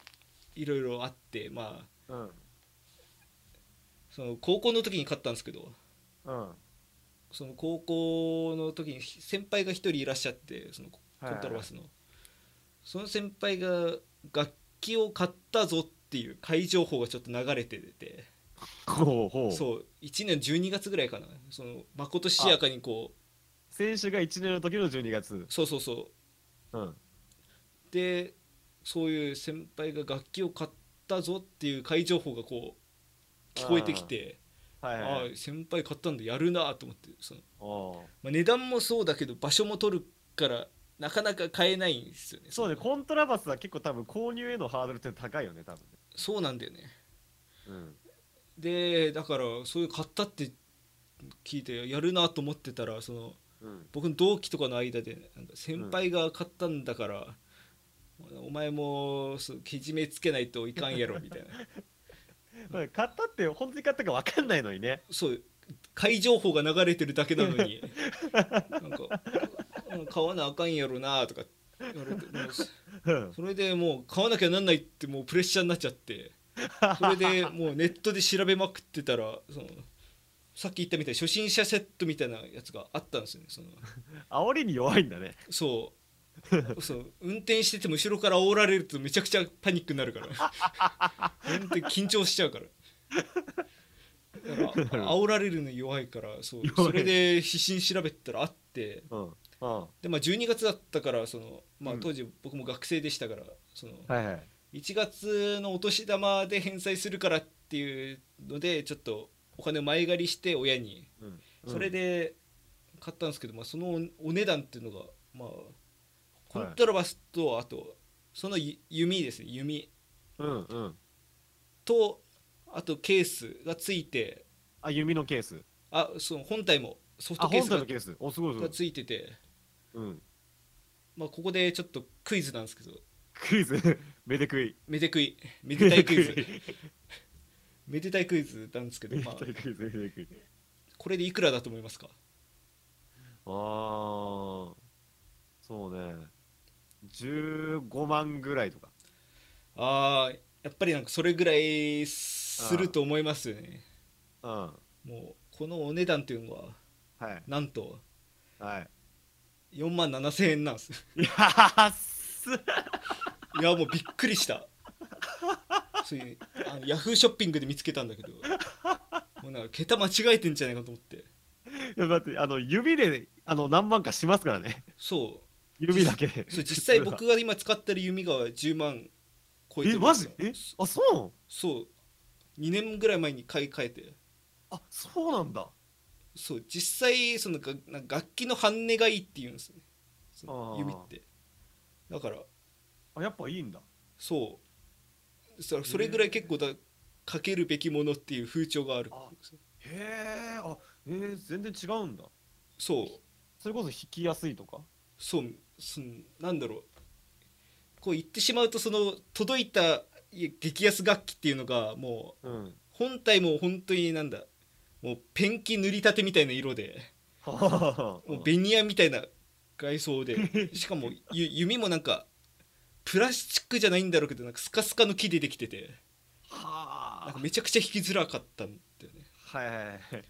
Speaker 2: いろいろあってまあ
Speaker 1: うん。
Speaker 2: その高校の時に買ったんですけど
Speaker 1: うん。は
Speaker 2: その高校の時に先輩が一人いらっしゃってそのコ
Speaker 1: いはいはい
Speaker 2: ントラバスの、その先輩が楽器を買ったぞっていう買い情報がちょっと流れてて
Speaker 1: ほうほう。
Speaker 2: そう1年12月ぐらいかなそのまことしやかにこう
Speaker 1: 選手が1年の時の12月。
Speaker 2: そうそうそう
Speaker 1: うん。
Speaker 2: でそういう先輩が楽器を買ったぞっていう会情報がこう聞こえてきて
Speaker 1: は
Speaker 2: あ
Speaker 1: いはい。
Speaker 2: あ先輩買ったんだやるなと思ってその、
Speaker 1: おう
Speaker 2: まあ、値段もそうだけど場所も取るからなかなか買えないんですよね
Speaker 1: そうね、
Speaker 2: の
Speaker 1: コントラバスは結構多分購入へのハードルって高いよね、多分ね。
Speaker 2: そうなんだよね
Speaker 1: うん。
Speaker 2: でだからそういう買ったって聞いてやるなと思ってたらその
Speaker 1: うん。
Speaker 2: 僕の同期とかの間でなんか先輩が買ったんだから、お前もそうけじめつけないといかんやろみたいな
Speaker 1: 買ったって本当に買ったか分かんないのにね。
Speaker 2: そう会情報が流れてるだけなのになんかうん買わなあかんやろなとか言われてもうそ
Speaker 1: うん。
Speaker 2: それでもう買わなきゃなんないってもうプレッシャーになっちゃってそれでもうネットで調べまくってたらそのさっき言ったみたいに初心者セットみたいなやつがあったんですよねその
Speaker 1: (laughs) 煽りに弱いんだね。
Speaker 2: そうそう運転してても後ろから煽られるとめちゃくちゃパニックになるから運転緊張しちゃうからだから煽られるの弱いからそう
Speaker 1: 弱い
Speaker 2: それで必死に調べたらあって
Speaker 1: うん。うん。は
Speaker 2: で、まあ、12月だったからその、まあ
Speaker 1: うん、
Speaker 2: 当時僕も学生でしたからその
Speaker 1: いはい。
Speaker 2: 1月のお年玉で返済するからっていうのでちょっとお金を前借りして親に
Speaker 1: うん。
Speaker 2: それ。で買ったんですけど、まあ、そのお値段っていうのが、まあ、コントラバスとあとそのゆ弓ですね弓
Speaker 1: うんうん。
Speaker 2: とあとケースがついて
Speaker 1: あ、弓のケース。
Speaker 2: あその本体もソフ
Speaker 1: あ、
Speaker 2: トケー
Speaker 1: 本
Speaker 2: ス
Speaker 1: 体
Speaker 2: が
Speaker 1: のケース。お、すごいすご
Speaker 2: が
Speaker 1: い。
Speaker 2: ついてて、
Speaker 1: うん。
Speaker 2: まあ、ここでちょっとクイズなんですけど
Speaker 1: クイズ。 (laughs) めで食い。
Speaker 2: めでくいめでたいクイ
Speaker 1: め (laughs)
Speaker 2: ズ
Speaker 1: で食い
Speaker 2: めでたいクイズなんですけど、
Speaker 1: めで
Speaker 2: まあ、
Speaker 1: たいクイズ。めで食い。
Speaker 2: これでいくらだと思いますか
Speaker 1: ああ、そうね。15万ぐらいとか。
Speaker 2: あーやっぱりなんかそれぐらいすると思いますよね
Speaker 1: うん。
Speaker 2: もうこのお値段っていうのは
Speaker 1: はい。
Speaker 2: なんと
Speaker 1: はい。
Speaker 2: 4万7千円なんです
Speaker 1: 安っ (laughs)
Speaker 2: いやもうびっくりしたそれあのヤフーショッピングで見つけたんだけどもうなんか桁間違えてんじゃないかと思って
Speaker 1: いやだってあの指であの何万かしますからね
Speaker 2: そ
Speaker 1: (laughs) 指だけ (laughs) で
Speaker 2: うそう実際僕が今使ってる弓が10万超えて
Speaker 1: え
Speaker 2: る
Speaker 1: マジえあそうなの
Speaker 2: そう2年ぐらい前に買い替えて
Speaker 1: あそうなんだ
Speaker 2: そう実際そのがなんか楽器の半音がいいって言うんですよねその
Speaker 1: あー
Speaker 2: 弓ってだから
Speaker 1: あやっぱいいんだ
Speaker 2: そうそそれぐらい結構だかけるべきものっていう風潮がある
Speaker 1: あへえあえー、全然違うんだ
Speaker 2: そう
Speaker 1: それこそ弾きやすいとか
Speaker 2: そうそのなんだろうこう言ってしまうとその届いたいや激安楽器っていうのがも
Speaker 1: (laughs)
Speaker 2: う
Speaker 1: うん
Speaker 2: 本体も本当になんだもうペンキ塗りたてみたいな色で
Speaker 1: は
Speaker 2: も
Speaker 1: (laughs)
Speaker 2: うベニヤみたいな外装でしかもゆ弓もなんかプラスチックじゃないんだろうけどなんかスカスカの木でできててなん
Speaker 1: あ
Speaker 2: かめちゃくちゃ弾きづらかったんだよね
Speaker 1: はい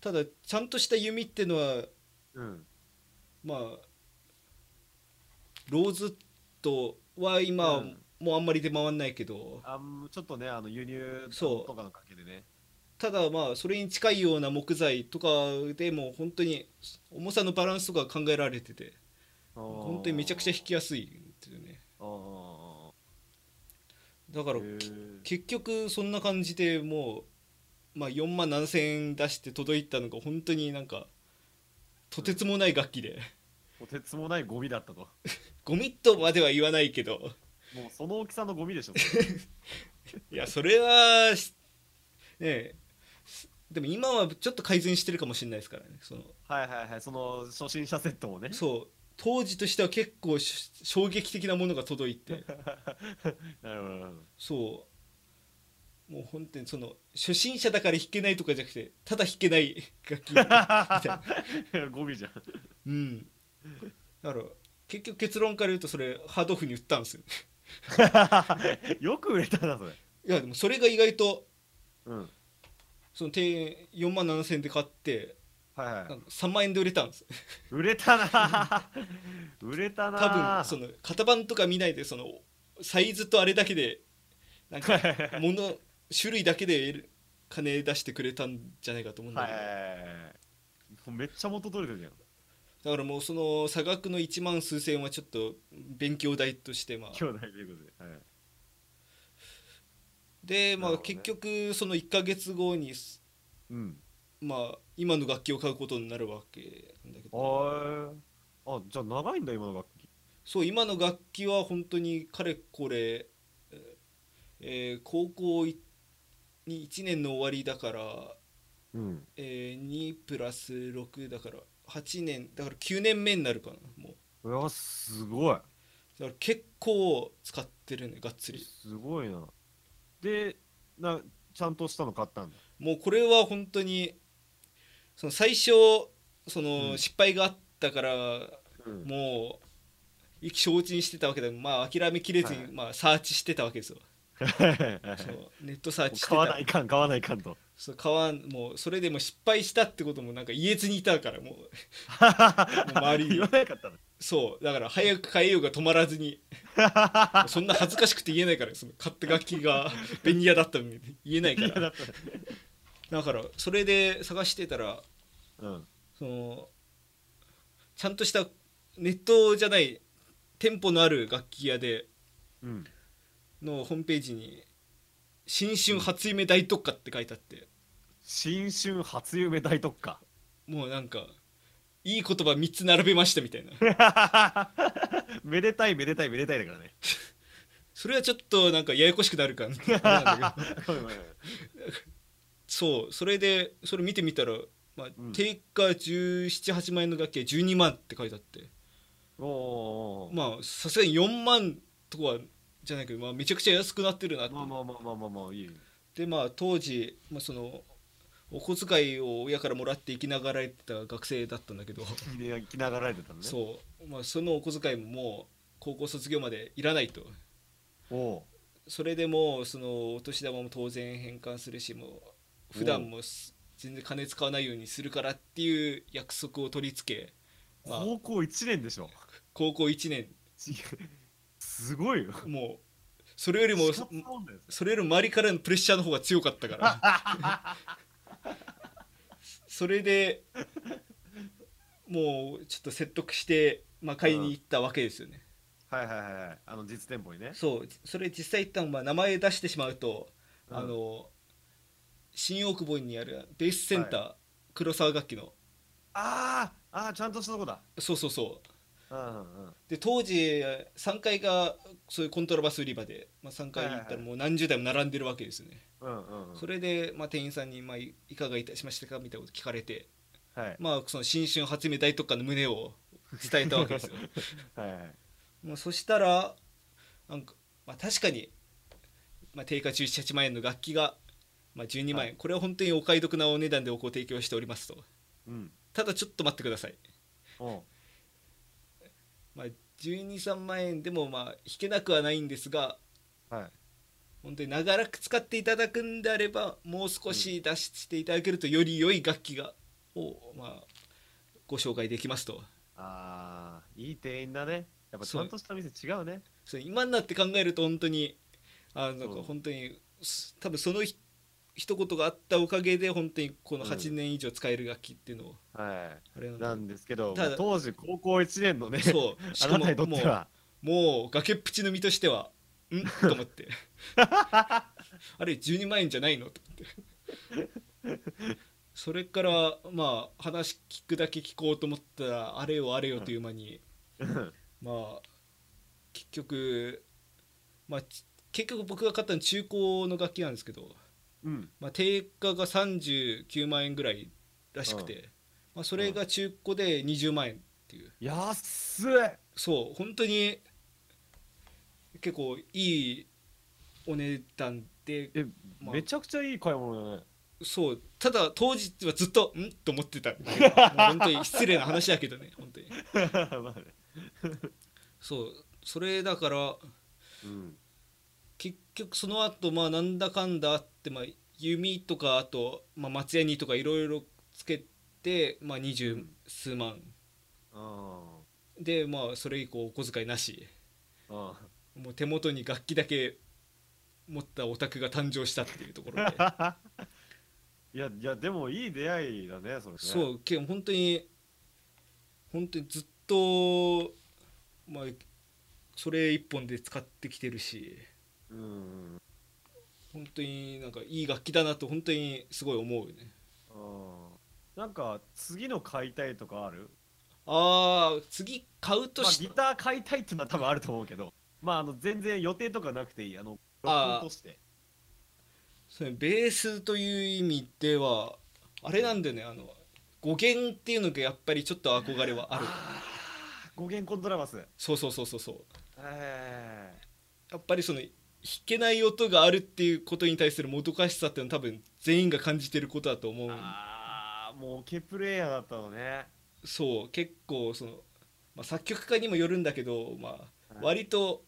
Speaker 2: ただちゃんとした弓ってのは
Speaker 1: うん
Speaker 2: まあローズとは今、
Speaker 1: うん
Speaker 2: もうあんまり出回んないけど
Speaker 1: あんちょっとねあの輸入
Speaker 2: そう
Speaker 1: とかの関係で (laughs) ね
Speaker 2: ただまあそれに近いような木材とかでもう本当に重さのバランスとか考えられてて本当にめちゃくちゃ弾きやすいんですよね
Speaker 1: あー
Speaker 2: だから
Speaker 1: へー
Speaker 2: 結局そんな感じでもう、まあ、4万7,000円出して届いたのが本当になんかとてつもない楽器で
Speaker 1: とてつもないゴミだったと
Speaker 2: ゴミとまでは言わないけど
Speaker 1: もうその大きさのゴミでしょ
Speaker 2: いやそれはしねえすでも今はちょっと改善してるかもしれないですからねその
Speaker 1: はいはいはいその初心者セットもね
Speaker 2: そう当時としては結構し衝撃的なものが届い
Speaker 1: なる
Speaker 2: て
Speaker 1: ほどなるほど
Speaker 2: そうもう本当にその初心者だから弾けないとかじゃなくてただ弾けない楽器みたい
Speaker 1: (laughs)
Speaker 2: な
Speaker 1: ゴミじゃん (laughs)
Speaker 2: (laughs) うんだから結局結論から言うとそれハードオフに売ったんですよ
Speaker 1: よく売れたなそれ
Speaker 2: いやでもそれが意外と
Speaker 1: うん
Speaker 2: その定4万7000円で買って
Speaker 1: はい
Speaker 2: な
Speaker 1: はい
Speaker 2: んか3万円で売れたんです
Speaker 1: 売れたな売れたな
Speaker 2: 多分その型番とか見ないでそのサイズとあれだけでなん
Speaker 1: (laughs)
Speaker 2: か物種類だけで金出してくれたんじゃないかと思うんだ
Speaker 1: は
Speaker 2: け
Speaker 1: い
Speaker 2: ど、
Speaker 1: はいはいはいめっちゃ元取れてるじ
Speaker 2: だからもうその差額の1万数千円はちょっと勉強代としてまあ
Speaker 1: ゃん兄弟ということで、はい、なるほ
Speaker 2: でまあ
Speaker 1: どね
Speaker 2: 結局その1ヶ月後に
Speaker 1: うん
Speaker 2: まあ今の楽器を買うことになるわけなんだけど
Speaker 1: ああじゃあ長いんだ今の楽器
Speaker 2: そう今の楽器は本当にかれこれ、えー高校いに1年の終わりだから
Speaker 1: うん
Speaker 2: えー、2プラス6だから8年だから9年目になるかなもう
Speaker 1: うわすごい
Speaker 2: だから結構使ってるねがっつり
Speaker 1: すごいなでなちゃんとしたの買ったんだ
Speaker 2: もうこれは本当にその最初その、
Speaker 1: うん
Speaker 2: 失敗があったから
Speaker 1: うん
Speaker 2: もう意気消沈してたわけでまあ諦めきれずに、
Speaker 1: はい
Speaker 2: まあサーチしてたわけですよ、
Speaker 1: (laughs)
Speaker 2: そうネットサーチしてた
Speaker 1: 買わないかん買わないかんと
Speaker 2: そう買わんもうそれでも失敗したってこともなんか言えずにいたからもう周りに
Speaker 1: 言わなかったの
Speaker 2: そうだから早く変えようが止まらずにそんな恥ずかしくて言えないからその買った楽器が
Speaker 1: (laughs)
Speaker 2: ベニヤだったのに言えないか
Speaker 1: いやだ
Speaker 2: ら
Speaker 1: った
Speaker 2: だからそれで探してたら
Speaker 1: うん
Speaker 2: そのちゃんとしたネットじゃない店舗のある楽器屋で
Speaker 1: うん
Speaker 2: のホームページに「新春初夢大特価」って書いてあって
Speaker 1: 新春初夢大特価
Speaker 2: もうなんかいい言葉3つ並べましたみたいな
Speaker 1: めでたいめでたいめでたいだからね
Speaker 2: それはちょっとなんかややこしくなるかななんだけど
Speaker 1: ごめんごめんごめん
Speaker 2: そうそれでそれ見てみたら、まあ
Speaker 1: うん
Speaker 2: 定価1718万円の楽器は12万って書いてあって
Speaker 1: おおー
Speaker 2: まあさすがに4万とかはじゃないけど、まあ、めちゃくちゃ安くなってるなって、
Speaker 1: まあまあまあまあまあまあいい
Speaker 2: でまあ当時、まあ、そのお小遣いを親からもらって生きながらえてた学生だったんだけど、
Speaker 1: 聞き聞きながられてたのね
Speaker 2: そう、まあ、そのお小遣いももう高校卒業までいらないと
Speaker 1: おお
Speaker 2: それでもうそのお年玉も当然返還するしもう普段もす全然金使わないようにするからっていう約束を取り付け、まあ、
Speaker 1: 高校1年でしょ
Speaker 2: 高校1年
Speaker 1: ちすごいよ。
Speaker 2: もうそれよりも
Speaker 1: 叱ったもんだよ
Speaker 2: それより周りからのプレッシャーの方が強かったからそれでもうちょっと説得して、まあ、買いに行ったわけですよね、
Speaker 1: はいはいはいはい。あの実店舗にね。
Speaker 2: そうそれ実際行ったのは名前出してしまうと、
Speaker 1: うん
Speaker 2: あの新大久保にあるベースセンター、黒沢楽器の
Speaker 1: ああああちゃんとしたとこだ。
Speaker 2: そうそうそ
Speaker 1: う
Speaker 2: う
Speaker 1: んうんうん。
Speaker 2: で当時3階がそういうコントラバス売り場で、まあ、3階に行った
Speaker 1: はいはい
Speaker 2: ら
Speaker 1: はい
Speaker 2: もう何十台も並んでるわけですよね、
Speaker 1: うんうんうん。
Speaker 2: それで、まあ、店員さんに、まあ、いいかがいたしましたかみたいなこと聞かれて、
Speaker 1: はい
Speaker 2: まあ、その新春初め大特価の胸を伝えたわけです
Speaker 1: (laughs)
Speaker 2: よ
Speaker 1: はいはい。
Speaker 2: もうそしたらなんか、まあ、確かに、まあ、定価17万円の楽器が、まあ、12万円、これは本当にお買い得なお値段でご提供しておりますと
Speaker 1: うん。
Speaker 2: ただちょっと待ってください、
Speaker 1: おう
Speaker 2: まあ、123万円でもまあ弾けなくはないんですが
Speaker 1: はい。
Speaker 2: 本当に長らく使っていただくんであればもう少し出していただけるとより良い楽器がを、まあ、ご紹介できますと
Speaker 1: ああいい店員だね。やっぱちゃんとした店違うね。
Speaker 2: それ今になって考えると本当にあのなん
Speaker 1: う
Speaker 2: か
Speaker 1: ん
Speaker 2: 本当にす多分そのひ一言があったおかげで本当にこの
Speaker 1: うん
Speaker 2: 8年以上使える楽器っていうのを、
Speaker 1: は。
Speaker 2: あれないんだ
Speaker 1: なんですけど、
Speaker 2: ただ
Speaker 1: 当時高校1年のね、
Speaker 2: そうし
Speaker 1: (laughs) あ
Speaker 2: か
Speaker 1: な
Speaker 2: も
Speaker 1: たにとっ
Speaker 2: も
Speaker 1: て
Speaker 2: う
Speaker 1: は。
Speaker 2: もう崖っぷちの身としてはんと思ってあれ12万円じゃないのと思ってそれからまあ話聞くだけ聞こうと思ったらあれよあれよという間に、
Speaker 1: うん
Speaker 2: まあ結局まあち結局僕が買ったの中古の楽器なんですけど、
Speaker 1: うん。
Speaker 2: まあ、定価が39万円ぐらいらしくて、まあ、それが中古で20万円っていう
Speaker 1: 安い
Speaker 2: そう本当に結構いいお値段で
Speaker 1: え、
Speaker 2: まあ
Speaker 1: めちゃくちゃいい買い物だね。
Speaker 2: そうただ当時はずっと「ん?」と思ってたもう本当に失礼な話だけどね本当に
Speaker 1: (laughs) まあね。
Speaker 2: そうそれだから
Speaker 1: うん。
Speaker 2: 結局その後まあなんだかんだあって、まあ、弓とかあと、まあ、松屋にとかいろいろつけて、まあ、二
Speaker 1: う
Speaker 2: 十
Speaker 1: ん
Speaker 2: 数万、
Speaker 1: あ
Speaker 2: でまあそれ以降お小遣いなし
Speaker 1: あ。あ
Speaker 2: もう手元に楽器だけ持ったオタクが誕生したっていうところで
Speaker 1: (laughs) あ。いや、いや、でもいい出会いだね、それね。
Speaker 2: そうけど本当に本当にずっとまあそれ一本で使ってきてるし
Speaker 1: うんうん。
Speaker 2: 本当になんかいい楽器だなと本当にすごい思うね
Speaker 1: うん。なんか、次の買いたいとかある
Speaker 2: あー次買うと
Speaker 1: まあ、
Speaker 2: し
Speaker 1: ギター買いたいっていうのは多分あると思うけど、まあ、あの全然予定とかなくていい、あの、
Speaker 2: あー
Speaker 1: 録音として。
Speaker 2: それベースという意味ではあれなんだよねあの語源っていうのがやっぱりちょっと憧れはある
Speaker 1: 語源コントラバス。
Speaker 2: そうそうそうそうそう
Speaker 1: え
Speaker 2: やっぱりその弾けない音があるっていうことに対するもどかしさっていうのは多分全員が感じてることだと思う
Speaker 1: ー、ああ、もうオケプレイヤーだったのね。
Speaker 2: そう結構その、まあ、作曲家にもよるんだけど、まあ、
Speaker 1: はい
Speaker 2: 割と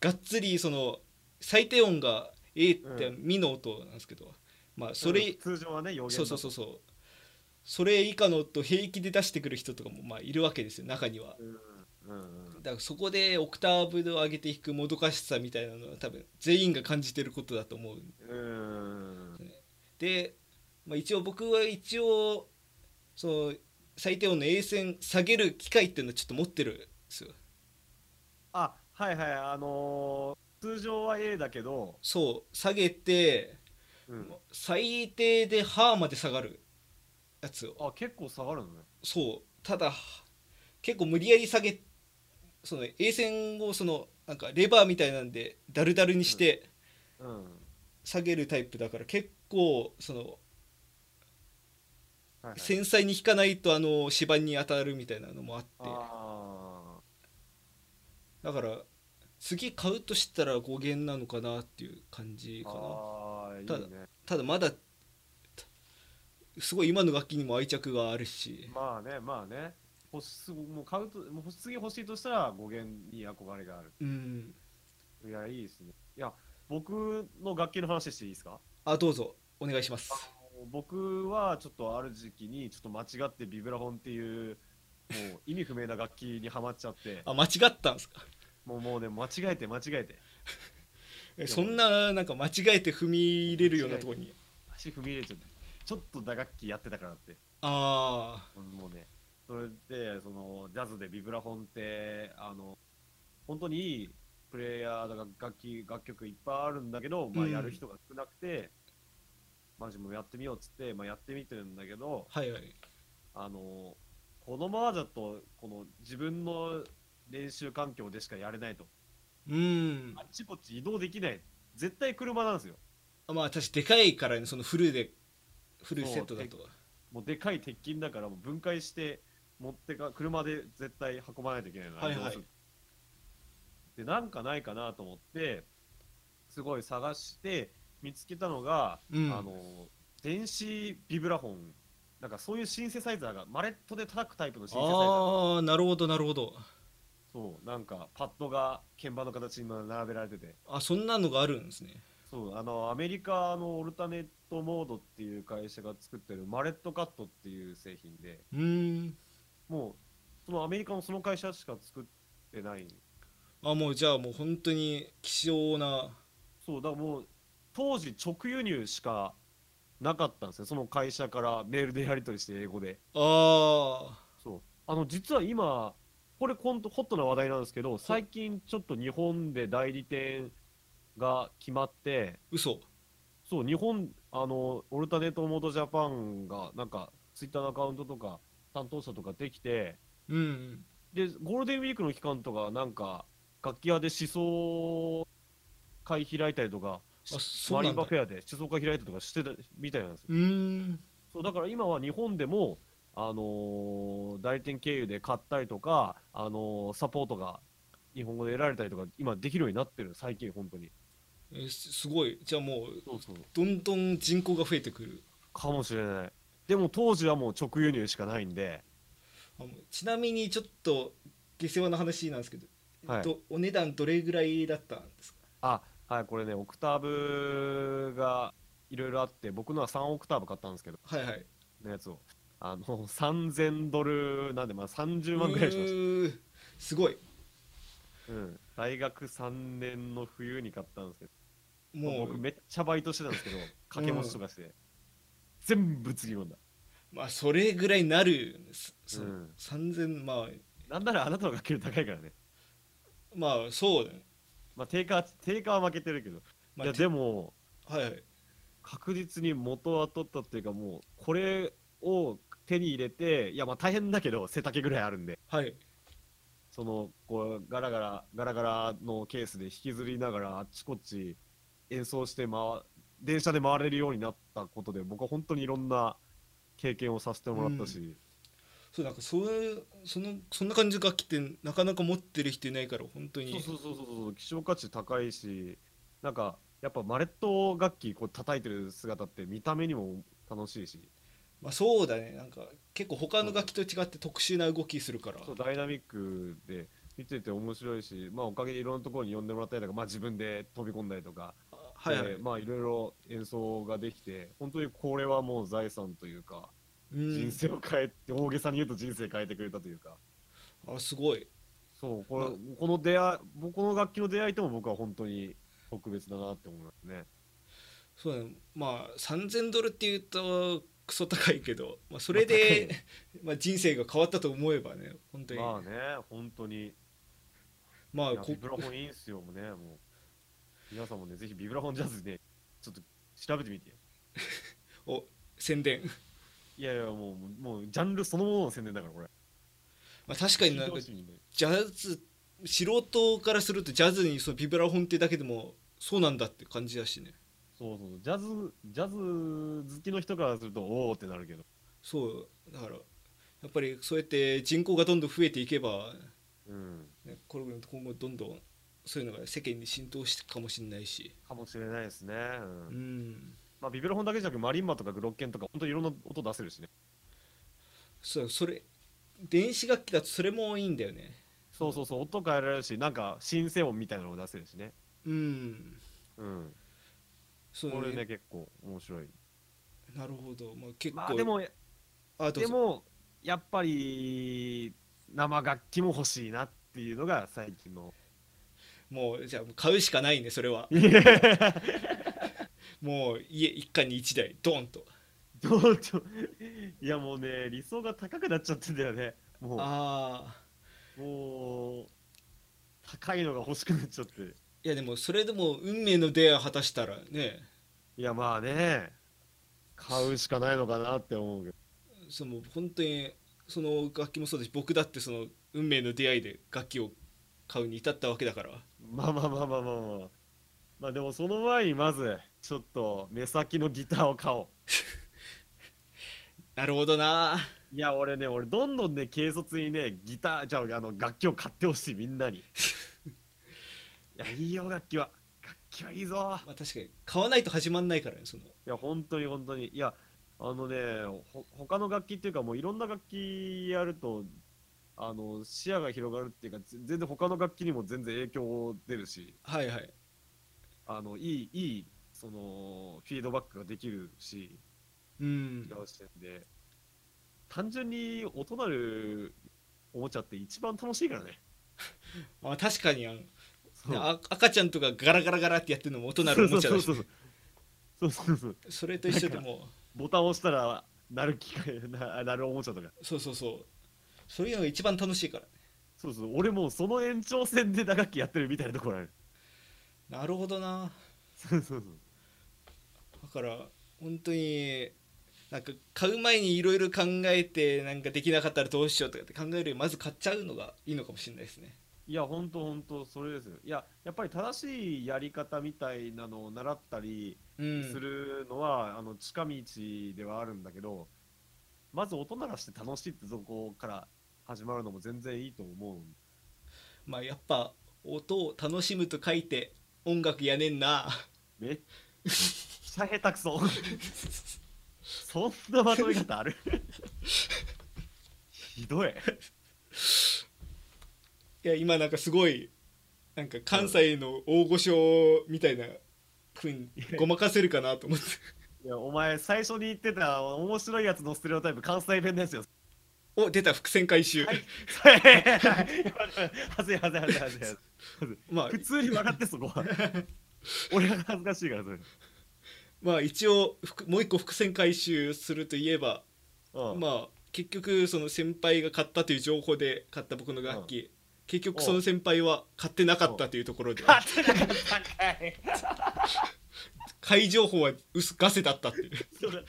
Speaker 2: がっつりその最低音が A って
Speaker 1: う
Speaker 2: ミの音なんですけど、まあそれ、
Speaker 1: うん通常はね、予言
Speaker 2: そうそうそううそうそれ以下の音平気で出してくる人とかもまあいるわけですよ中には。
Speaker 1: うんうん。
Speaker 2: だからそこでオクターブを上げて弾くもどかしさみたいなのは多分全員が感じてることだと思う
Speaker 1: うん。
Speaker 2: で、まあ、一応僕は一応その最低音の A 線下げる機械っていうのをちょっと持ってるんですよ
Speaker 1: あ、はいはい、あのー、通常は A だけど、
Speaker 2: そう下げて、
Speaker 1: うん、
Speaker 2: 最低でハーまで下がるやつを
Speaker 1: あ、結構下がるのね。
Speaker 2: そうただ結構無理やり下げその A 線をそのなんかレバーみたいなんでダルダルにして
Speaker 1: うん。
Speaker 2: 下げるタイプだから結構その
Speaker 1: はいはい
Speaker 2: 繊細に弾かないとあの指板に当たるみたいなのもあって
Speaker 1: あ
Speaker 2: だから次買うとしたら5弦なのかなっていう感じ
Speaker 1: ー
Speaker 2: かな
Speaker 1: あー、いい
Speaker 2: ただ
Speaker 1: ね。
Speaker 2: ただまだすごい今の楽器にも愛着があるし
Speaker 1: まあね、まあね。欲しもう買うと、もう次欲しいとしたら語源に憧れがある。
Speaker 2: うん
Speaker 1: いや、いいですね。いや、僕の楽器の話していいですか
Speaker 2: あどうぞお願いします
Speaker 1: 僕はちょっとある時期にちょっと間違ってビブラフォンっていうもう意味不明な楽器にはまっちゃって
Speaker 2: あ間違ったんですか
Speaker 1: もうもうね間違えて間違えて
Speaker 2: えそんななんか間違えて踏み入れるようなところに
Speaker 1: 足踏み入れちゃってちょっと打楽器やってたからって
Speaker 2: ああ
Speaker 1: もうねそれでそのジャズでビブラフォンってあの本当にいいプレイヤーだから楽器楽曲いっぱいあるんだけど、まあ、
Speaker 2: うん
Speaker 1: やる人が少なくて、マジもうやってみようっつって、まあ、やってみてるんだけど
Speaker 2: はいはい
Speaker 1: あのこのままだとこの自分の練習環境でしかやれないと
Speaker 2: うん
Speaker 1: あっちこっち移動できない絶対車なんですよ
Speaker 2: まあ私でかいからねそのフルでフルセットだと
Speaker 1: もうでかい鉄筋だからもう分解して持ってか車で絶対運ばないといけないの
Speaker 2: はいはい
Speaker 1: どうするでなんかないかなと思ってすごい探して見つけたのが、
Speaker 2: うん
Speaker 1: あの電子ビブラフォンなんかそういうシンセサイザーがマレットで叩くタイプのシンセサイザー
Speaker 2: ああなるほどなるほど
Speaker 1: そうなんかパッドが鍵盤の形に並べられてて
Speaker 2: あそんなのがあるんですね
Speaker 1: そうあのアメリカのオルタネットモードっていう会社が作ってるマレットカットっていう製品で、
Speaker 2: うーん
Speaker 1: もうそのアメリカのその会社しか作ってない
Speaker 2: あもうじゃあもう本当に希少な
Speaker 1: そうだからもう当時直輸入しかなかったんですよその会社からメールでやり取りして英語で
Speaker 2: あ
Speaker 1: そうあの実は今これほんとホットな話題なんですけど最近ちょっと日本で代理店が決まって
Speaker 2: 嘘
Speaker 1: そう日本あのオルタネートモードジャパンがなんかツイッターのアカウントとか担当者とかできて
Speaker 2: うん
Speaker 1: でゴールデンウィークの期間とかなんか楽器屋で思想会開いたりとか
Speaker 2: あそ
Speaker 1: マ
Speaker 2: う
Speaker 1: リ
Speaker 2: な
Speaker 1: ン
Speaker 2: んだ
Speaker 1: バ
Speaker 2: う
Speaker 1: フェアで思想会開いたりとかしてたみたいなんですよ
Speaker 2: ーん
Speaker 1: そうだから今は日本でも、あのー代理店経由で買ったりとか、あのーサポートが日本語で得られたりとか今できるようになってる最近本当に
Speaker 2: えすすごいじゃあもう
Speaker 1: そうそう
Speaker 2: どんどん人口が増えてくる
Speaker 1: かもしれないでも当時はもう直輸入しかないんで
Speaker 2: あもうちなみにちょっと下世話な話なんですけど、
Speaker 1: はい
Speaker 2: どお値段どれぐらいだったんですか
Speaker 1: あはいこれねオクターブがいろいろあって僕のは3オクターブ買ったんですけど
Speaker 2: はいはい
Speaker 1: のやつをあの3000ドルなんでまあ30万ぐらいしまし
Speaker 2: うーすごい
Speaker 1: た、うん、大学3年の冬に買ったんですけど
Speaker 2: もう
Speaker 1: 僕めっちゃバイトしてたんです
Speaker 2: (laughs)
Speaker 1: けど掛け持ちとかして、全部つぎ込んだ
Speaker 2: まあそれぐらいになるすそう
Speaker 1: うん
Speaker 2: 3000まあ
Speaker 1: なんならあなたの掛ける高いからね
Speaker 2: まあそうだね、
Speaker 1: まあ定価定価は負けてるけど、
Speaker 2: まあ、
Speaker 1: いや
Speaker 2: て
Speaker 1: でも
Speaker 2: はいはい
Speaker 1: 確実に元は取ったっていうかもうこれを手に入れていやまあ大変だけど背丈ぐらいあるんで
Speaker 2: はい
Speaker 1: そのこうガラガラガラガラのケースで引きずりながらあっちこっち演奏して回電車で回れるようになったことで僕は本当にいろんな経験をさせてもらったし、
Speaker 2: そうなんかそういうそのそんな感じの楽器ってなかなか持ってる人いないから本当に
Speaker 1: そうそうそうそうそう希少価値高いしなんかやっぱマレット楽器こう叩いてる姿って見た目にも楽しいし
Speaker 2: まあそうだねなんか結構他の楽器と違って特殊な動きするから
Speaker 1: そうダイナミックで見てて面白いし、まあ、おかげでいろんなところに呼んでもらったりとか、まあ、自分で飛び込んだりとか
Speaker 2: はいはい、
Speaker 1: でまあいろいろ演奏ができて本当にこれはもう財産というか、
Speaker 2: うん
Speaker 1: 人生を変えて大げさに言うと人生変えてくれたというか
Speaker 2: あすごい
Speaker 1: そうこれ、
Speaker 2: ま
Speaker 1: この出会い僕この楽器の出会いとも僕は本当に特別だなって思いますね
Speaker 2: そうだねまあ3000ドルっていうとクソ高いけど、まあ、それで、 (laughs) まあ、人生が変わったと思えばね本当に
Speaker 1: ま
Speaker 2: ま
Speaker 1: あね本当に
Speaker 2: あ
Speaker 1: いや
Speaker 2: こ
Speaker 1: ビブラフォンいいんすよもうねもう皆さんもねぜひビブラフォンジャズねちょっと調べてみてよ
Speaker 2: お宣伝、 (laughs)
Speaker 1: いやいやもうもうジャンルそのものの宣伝だからこれ
Speaker 2: まあ、確かにな
Speaker 1: 聞いて
Speaker 2: んか
Speaker 1: ほしいね
Speaker 2: ジャズ素人からするとジャズにそのビブラフォンってだけでもそうなんだって感じだしね
Speaker 1: そうそうジャズジャズ好きの人からするとおおってなるけど
Speaker 2: そうだからやっぱりそうやって人口がどんどん増えていけば、
Speaker 1: うん
Speaker 2: ね、これ今後どんどんそういうのが世間に浸透していくかもしれないし
Speaker 1: かもしれないですね、うん
Speaker 2: うん
Speaker 1: まあ、ビブラフォンだけじゃなくマリンバとかグロッケンとか本当にいろんな音出せるしね
Speaker 2: そうそれ電子楽器だとそれもいいんだよね
Speaker 1: そうそうそう音変えられるしなんかシンセ音みたいなのも出せるしね
Speaker 2: うん
Speaker 1: うん
Speaker 2: そう
Speaker 1: これね結構面白い
Speaker 2: なるほど、まあ、結構、
Speaker 1: まあでも
Speaker 2: あどう
Speaker 1: で
Speaker 2: ぞ
Speaker 1: もや (laughs) っぱり生楽器も欲しいなっていうのが最近の
Speaker 2: もうじゃあ買うしかないねそれはもう家一家に一台ドンと
Speaker 1: どうちょいやもうね理想が高くなっちゃってんだよねも
Speaker 2: ああ
Speaker 1: うもう高いのが欲しくなっちゃって
Speaker 2: いやでもそれでも運命の出会いを果たしたらね
Speaker 1: いやまあね買うしかないのかなって思うけど
Speaker 2: その本当にその楽器もそうだし僕だってその運命の出会いで楽器を買うに至ったわけだから
Speaker 1: まあまあまあまあまあまあまあでもその前にまずちょっと目先のギターを買おう
Speaker 2: なるほどない
Speaker 1: や俺ね俺どんどんね軽率にねギターじゃああの楽器を買ってほしいみんなにいやいいよ楽器は楽器はいいぞ
Speaker 2: まあ確かに買わないと始まんないからねその
Speaker 1: いや本当に本当にいやあのねほ他の楽器っていうかもういろんな楽器やるとあの視野が広がるっていうかぜ全然他の楽器にも全然影響出るし
Speaker 2: はいはい
Speaker 1: あのいいいいそのフィードバックができるし
Speaker 2: うん
Speaker 1: 違う視点で単純に音なるおもちゃって一番楽しいからね
Speaker 2: まあ確かにあの
Speaker 1: そう
Speaker 2: あ赤ちゃんとかガラガラガラってやってるのも音なるおもちゃだし
Speaker 1: そうそうそうそうそうそうそう
Speaker 2: それと一緒でも
Speaker 1: ボタンを押したら鳴る機械な鳴るおもちゃとか
Speaker 2: うそうそうそうそういうのが一番楽しいから
Speaker 1: そうそう俺もうその延長線で打楽器やってるみたいなところある
Speaker 2: なるほどな
Speaker 1: そうそうそう
Speaker 2: だから本当になんか買う前にいろいろ考えてなんかできなかったらどうしようとかって考えるよりまず買っちゃうのがいいのかもしれないですね
Speaker 1: いや本当本当それですよいややっぱり正しいやり方みたいなのを習ったり
Speaker 2: うん
Speaker 1: するのは、あの近道ではあるんだけどまず音鳴らして楽しいってそこから始まるのも全然いいと思うんで
Speaker 2: まあやっぱ音を楽しむと書いて音楽やねんな
Speaker 1: めっちゃ下手くそ (laughs) そんなまとめ方ある (laughs) ひどい
Speaker 2: いや今なんかすごいなんか関西の大御所みたいなふうにごまかせるかなと思って
Speaker 1: いやお前最初に言ってた面白いやつのステレオタイプ関西弁ですよ (laughs)
Speaker 2: お出た伏線回収、
Speaker 1: はずいはずいはずいはずいはず
Speaker 2: まあ
Speaker 1: い普通に笑ってそこ
Speaker 2: (laughs)
Speaker 1: は俺が恥ずかしいからそれ、
Speaker 2: まあ一応ふくもう一個伏線回収するといえば
Speaker 1: うん (laughs)
Speaker 2: まあ結局その先輩が買ったという情報で買った僕の楽器、結局その先輩は買ってなかったというところで
Speaker 1: 勝てなかったんかい
Speaker 2: 買い情報は薄ガセだったっていう
Speaker 1: それ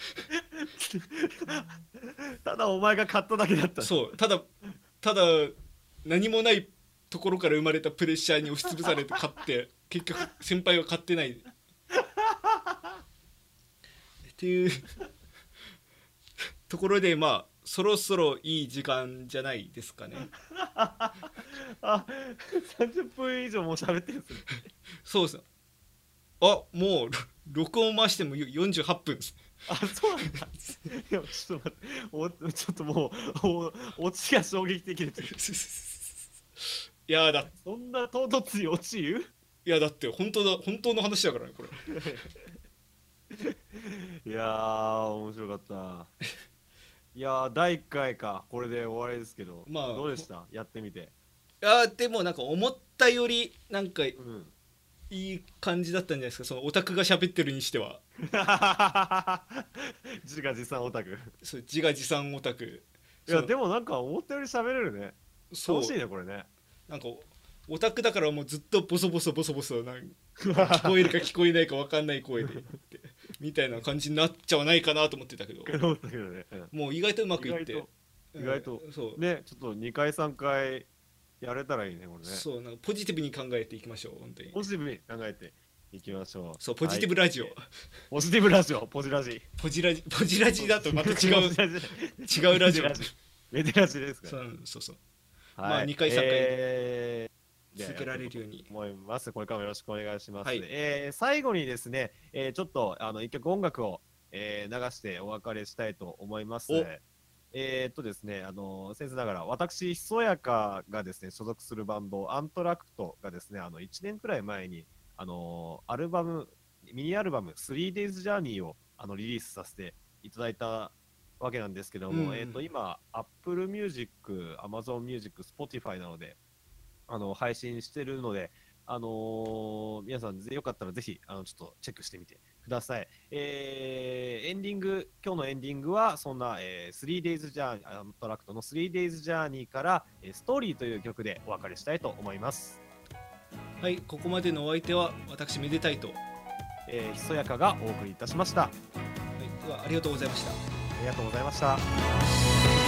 Speaker 1: ただお前が買っただけだった
Speaker 2: そうただただ何もないところから生まれたプレッシャーに押しつぶされて買 (laughs) って結局先輩は買ってないっていうところでまあそろそろいい時間じゃないですかね
Speaker 1: あ30分以上もう喋ってるんですね
Speaker 2: そうですあもう (laughs) ろ録音回してもよ48分
Speaker 1: (laughs)
Speaker 2: です
Speaker 1: あそうなんだいやちょっと待っておちょっともうおオチが衝撃的で
Speaker 2: いやだ
Speaker 1: そんな唐突に落ち言う
Speaker 2: いやだって本当だ本当の話だからねこれ
Speaker 1: いやー面白かったいやー第1回かこれで終わりですけど、
Speaker 2: まあ
Speaker 1: どうでしたやってみて
Speaker 2: いやでもなんか思ったよりなんかい
Speaker 1: うん
Speaker 2: い感じだったんじゃないですかそのオタクが喋ってるにしては
Speaker 1: 自画自賛オタク
Speaker 2: そう自画自賛オタク
Speaker 1: いや
Speaker 2: そう
Speaker 1: でもなんか思ったより喋れるね
Speaker 2: そう
Speaker 1: 楽しいねこれね
Speaker 2: なんかオタクだからもうずっとボソボソボソボソなん聞こえるか聞こえないか分かんない声で言ってみたいな感じになっちゃわないかなと思ってた
Speaker 1: (laughs)
Speaker 2: けど
Speaker 1: 思ったけどね、うん
Speaker 2: もう意外とうまく
Speaker 1: 意
Speaker 2: いっ
Speaker 1: 外
Speaker 2: て
Speaker 1: と意外と
Speaker 2: うんそう
Speaker 1: ねちょっと2回3回やれたらいいねこれね
Speaker 2: そうなんかポジティブに考えていきましょう本当に
Speaker 1: ポジティブに考えていきましょう
Speaker 2: そうポジティブ
Speaker 1: はい
Speaker 2: ラジオ、
Speaker 1: ポジティブラジオポジラジ
Speaker 2: ポジラジポジラジだとまた違
Speaker 1: (laughs)
Speaker 2: う
Speaker 1: ポジラジ
Speaker 2: 違うラジオ
Speaker 1: ポメデラジですか
Speaker 2: そ
Speaker 1: ら、
Speaker 2: うそうそう
Speaker 1: はい
Speaker 2: まあ二回三回
Speaker 1: えー
Speaker 2: 続けられるように
Speaker 1: 思いますこれからもよろしくお願いします、
Speaker 2: はい
Speaker 1: えー最後にですね、えーちょっとあの一曲音楽を、えー流してお別れしたいと思います
Speaker 2: お
Speaker 1: えーっとですね、あの先生ながら私、ひそやかがですね所属するバンド、アントラクトがですねあの1年くらい前にあのアルバム、ミニアルバム、3days journey をあのリリースさせていただいたわけなんですけども、
Speaker 2: うん
Speaker 1: えー、と今、Apple Music、Amazon Music、Spotify なので、あの配信してるので、あのー皆さんぜよかったらぜひあのちょっとチェックしてみてください。えーエンディング今日のエンディングはそんな、えー、3days ジャーニートラクトの 3days ジャーニーから、えーストーリーという曲でお別れしたいと思います。
Speaker 2: はいここまでのお相手は私めでたいと、はい、
Speaker 1: えーひそやかがお送りいたしました。
Speaker 2: ではありがとうございました
Speaker 1: ありがとうございました。